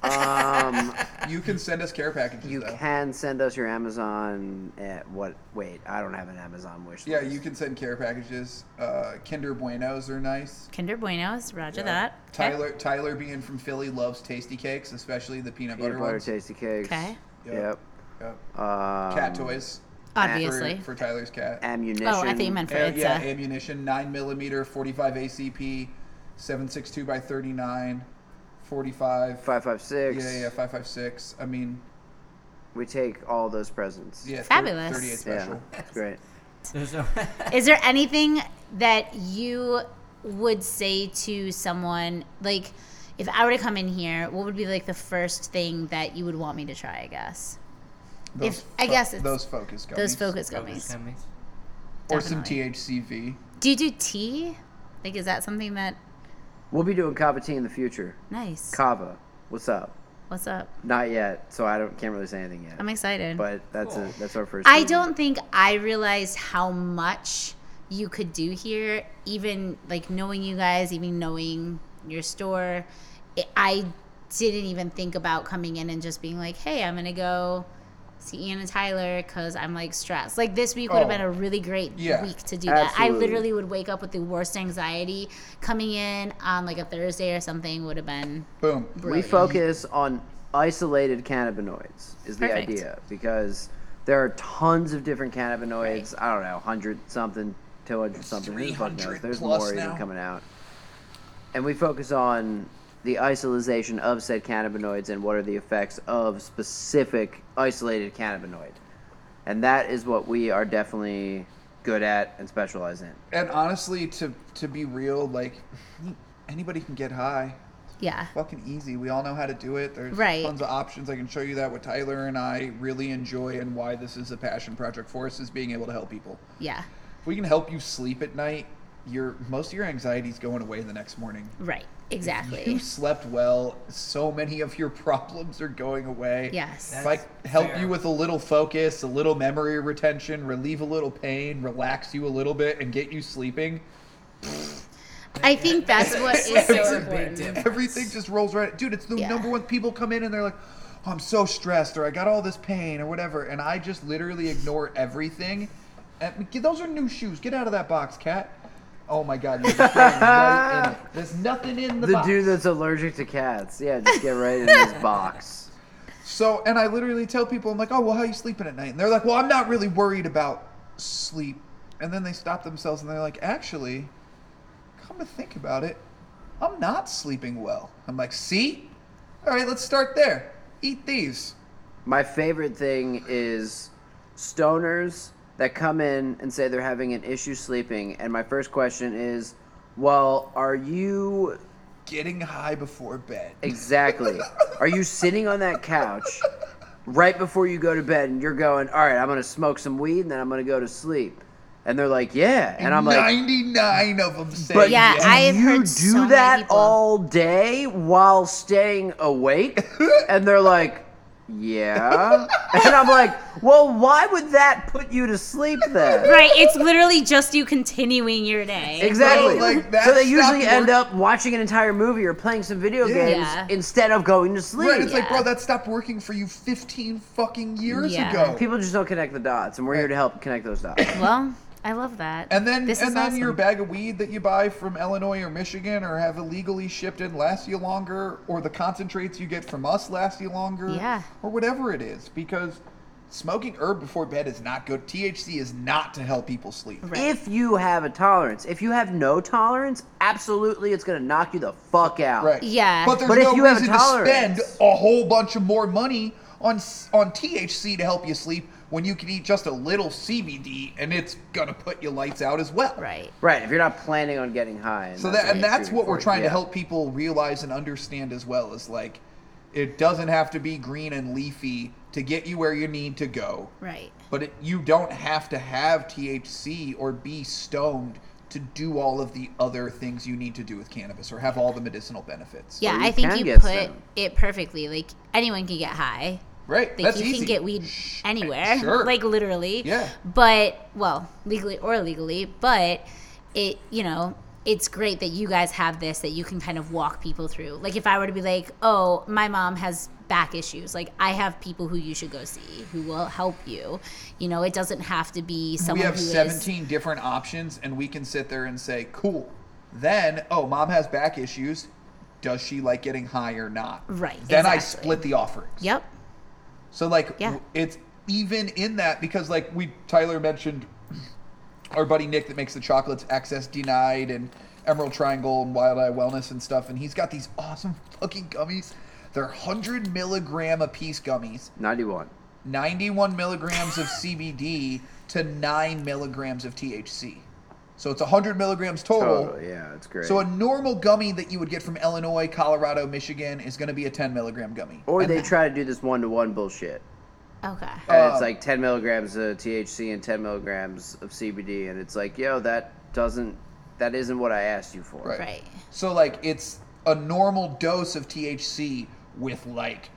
(laughs)
Um,
You can send us care packages.
you
though.
can send us your Amazon at what? Wait, I don't have an Amazon wish list.
Yeah, you can send care packages. Uh, Kinder Buenos are nice. Uh,
Kinder Buenos, roger that. Eh?
Tyler, Tyler, being from Philly, loves tasty cakes, especially the peanut,
peanut
butter,
butter
ones.
tasty cakes.
Okay.
Yep.
Yep.
Yep.
Um,
Cat toys
Obviously.
for, for Tyler's cat.
Ammunition.
oh, I think you meant for
Am-
it's
Uh, yeah,
a.
ammunition, nine millimeter, forty-five ACP, seven six two by thirty-nine, forty-five.
Five five six.
Yeah, yeah, five five six. I mean,
We take all those presents.
yeah, thir-
Fabulous.
Thirty-eight
Yeah,
special.
it's great.
There's no. (laughs)
Is there anything that you would say to someone like, if I were to come in here, what would be like the first thing that you would want me to try? I guess
Those
I
fo-
guess it's-
those focus gummies.
those focus
Focus
gummies.
gummies.
or some
definitely.
THCV.
Do you do tea? Like, is that something that
We'll be doing Kava tea in the future.
nice?
Kava, what's up?
What's up?
Not yet, so I don't can't really say anything yet.
I'm excited.
but that's a, that's our first.
I
meeting.
don't think I realized how much you could do here, even like knowing you guys, even knowing your store. I I didn't even think about coming in and just being like, hey, I'm going to go see Anna Tyler because I'm like stressed. Like this week would have
Oh.
been a really great
Yeah.
week to do that. I
Absolutely.
literally would wake up with the worst anxiety. Coming in on like a Thursday or something would have been
Boom.
We focus on isolated cannabinoids is the
Perfect.
idea because there are tons of different cannabinoids. I don't know, hundred something, two hundred something. who the fuck knows?
300
There's
plus
more
now.
even coming out. And we focus on the isolation of said cannabinoids and what are the effects of specific isolated cannabinoid. And that is what we are definitely good at and specialize in.
And honestly, to to be real, like anybody can get high.
yeah.
Fucking easy. We all know how to do it. There's
Right.
tons of options. I can show you that what Tyler and I really enjoy and why this is a passion project for us is being able to help people.
Yeah.
If we can help you sleep at night, your most of your anxiety's going away the next morning.
Right. Exactly.
You slept well. So many of your (laughs) problems are going away.
Yes.
If I
That's
help
fair.
you with a little focus, a little memory retention, relieve a little pain, relax you a little bit, and get you sleeping,
I think that's what is
It's
so
a big
important.
difference.
Everything just rolls right. Dude, it's the
Yeah.
number one. People come in and they're like, oh, I'm so stressed or I got all this pain or whatever. And I just literally ignore everything. And, get- those are new shoes. Get out of that box, cat. Oh my God. You're just getting right in it. There's nothing in the,
The
box.
dude that's allergic to cats. Yeah, just get right in
(laughs)
his box.
So, and I literally tell people, I'm like, oh, well, how you sleeping at night? And they're like, well, I'm not really worried about sleep. And then they stop themselves and they're like, actually, come to think about it, I'm not sleeping well. I'm like, see? All right, let's start there. Eat these.
My favorite thing is stoners that come in and say they're having an issue sleeping. And my first question is, well, are you
Getting high before bed.
exactly? Are you sitting on that couch right before you go to bed and you're going, all right, I'm going to smoke some weed and then I'm going to go to sleep. And they're like, yeah. And I'm like,
99 of them say
but
Yeah,
yes.
do
I have
you
heard
do
so many
that
people.
all day while staying
(laughs)
awake? and they're like, yeah. and I'm like, well, why would that put you to sleep then?
Right, it's literally just you continuing your day.
Exactly.
Well, like,
so
that
they usually
stopped
end
work-
up watching an entire movie or playing some video
Yeah.
games
Yeah.
instead of going to sleep.
Right, it's like,
Yeah.
bro, that stopped working for you 15 fucking years
Yeah.
ago.
People just don't connect the dots, and we're here to help connect those dots.
Well, I love that.
and then,
This is
and then your
awesome.
bag of weed that you buy from Illinois or Michigan or have illegally shipped in lasts you longer, or the concentrates you get from us last you longer,
Yeah.
or whatever it is, because smoking herb before bed is not good. THC is not to help people sleep.
If you have a tolerance, if you have no tolerance, absolutely, it's gonna knock you the fuck out.
Right.
Yeah.
But there's
But if
no
you have a
reason to spend
tolerance-
a whole bunch of more money on s- on THC to help you sleep when you can eat just a little CBD and it's gonna put you lights out as well.
Right.
Right. If you're not planning on getting high.
So that and
you're
that's
shooting
what we're
for,
trying to
yeah.
help people realize and understand as well is like it doesn't have to be green and leafy to get you where you need to go.
Right.
But it, you don't have to have THC or be stoned to do all of the other things you need to do with cannabis or have all the medicinal benefits.
Yeah,
Or you
I think
can
you
get
put
some.
it perfectly. Like anyone can get high.
Right.
Like
that's
you
easy.
can get weed
Sh-
anywhere.
(laughs) Sure.
Like literally.
Yeah.
But well, legally or illegally, but it you know, it's great that you guys have this that you can kind of walk people through. Like if I were to be like, "Oh, my mom has back issues." Like I have people who you should go see who will help you. You know, it doesn't have to be
we
someone
have
who is-
17 different options and we can sit there and say cool then oh mom has back issues does she like getting high or not
Right,
then i
exactly.
split the offerings
Yep.
so like
Yeah.
w- it's even in that because like we tyler mentioned our buddy nick that makes the chocolates access denied and emerald triangle and wild eye wellness and stuff and he's got these awesome fucking gummies they're 100 milligram a piece gummies
91.
91 milligrams of CBD to 9 milligrams of THC. So it's 100 milligrams total.
Total. Yeah, it's great.
Oh. So a normal gummy that you would get from Illinois, Colorado, Michigan is going to be a 10 milligram gummy.
or
And
they
th-
try to do this one to one bullshit.
Okay.
And
Uh,
it's like 10 milligrams of THC and 10 milligrams of CBD. And it's like, yo, that doesn't, that isn't what I asked you for.
Right.
Right.
So like it's a normal dose of THC with like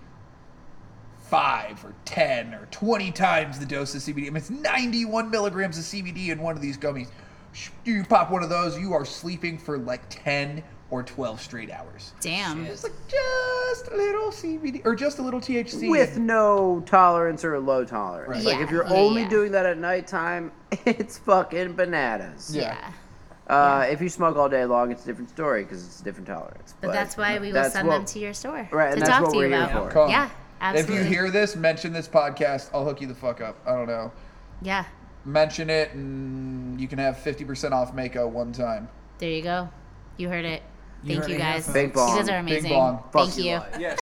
5 or 10 or 20 times the dose of CBD. I mean it's 91 milligrams of CBD in one of these gummies. Sh- You pop one of those, you are sleeping for like 10 or 12 straight hours.
Damn.
It's like just a little CBD or just a little THC.
With
and-
no tolerance or low tolerance.
Right.
Like
Yeah,
if you're
yeah,
only
yeah.
doing that at nighttime, (laughs) it's fucking bananas.
Yeah.
yeah.
Uh, if you smoke all day long, it's a different story because it's a different tolerance.
But that's why we will
that's
send
what-
them to your store
Right,
to
and that's
talk
what
to you
we're here
about.
for.
Come.
Yeah, absolutely.
If you hear this, mention this podcast. I'll hook you the fuck up. I don't know.
Yeah,
Mention it and you can have 50% off Mako one time.
there you go. You heard it.
You
Thank
heard
you
it here,
guys.
folks.
You
Big bong.
guys are amazing.
bong.
Thank
Fuck you
you.
lot.
Yes.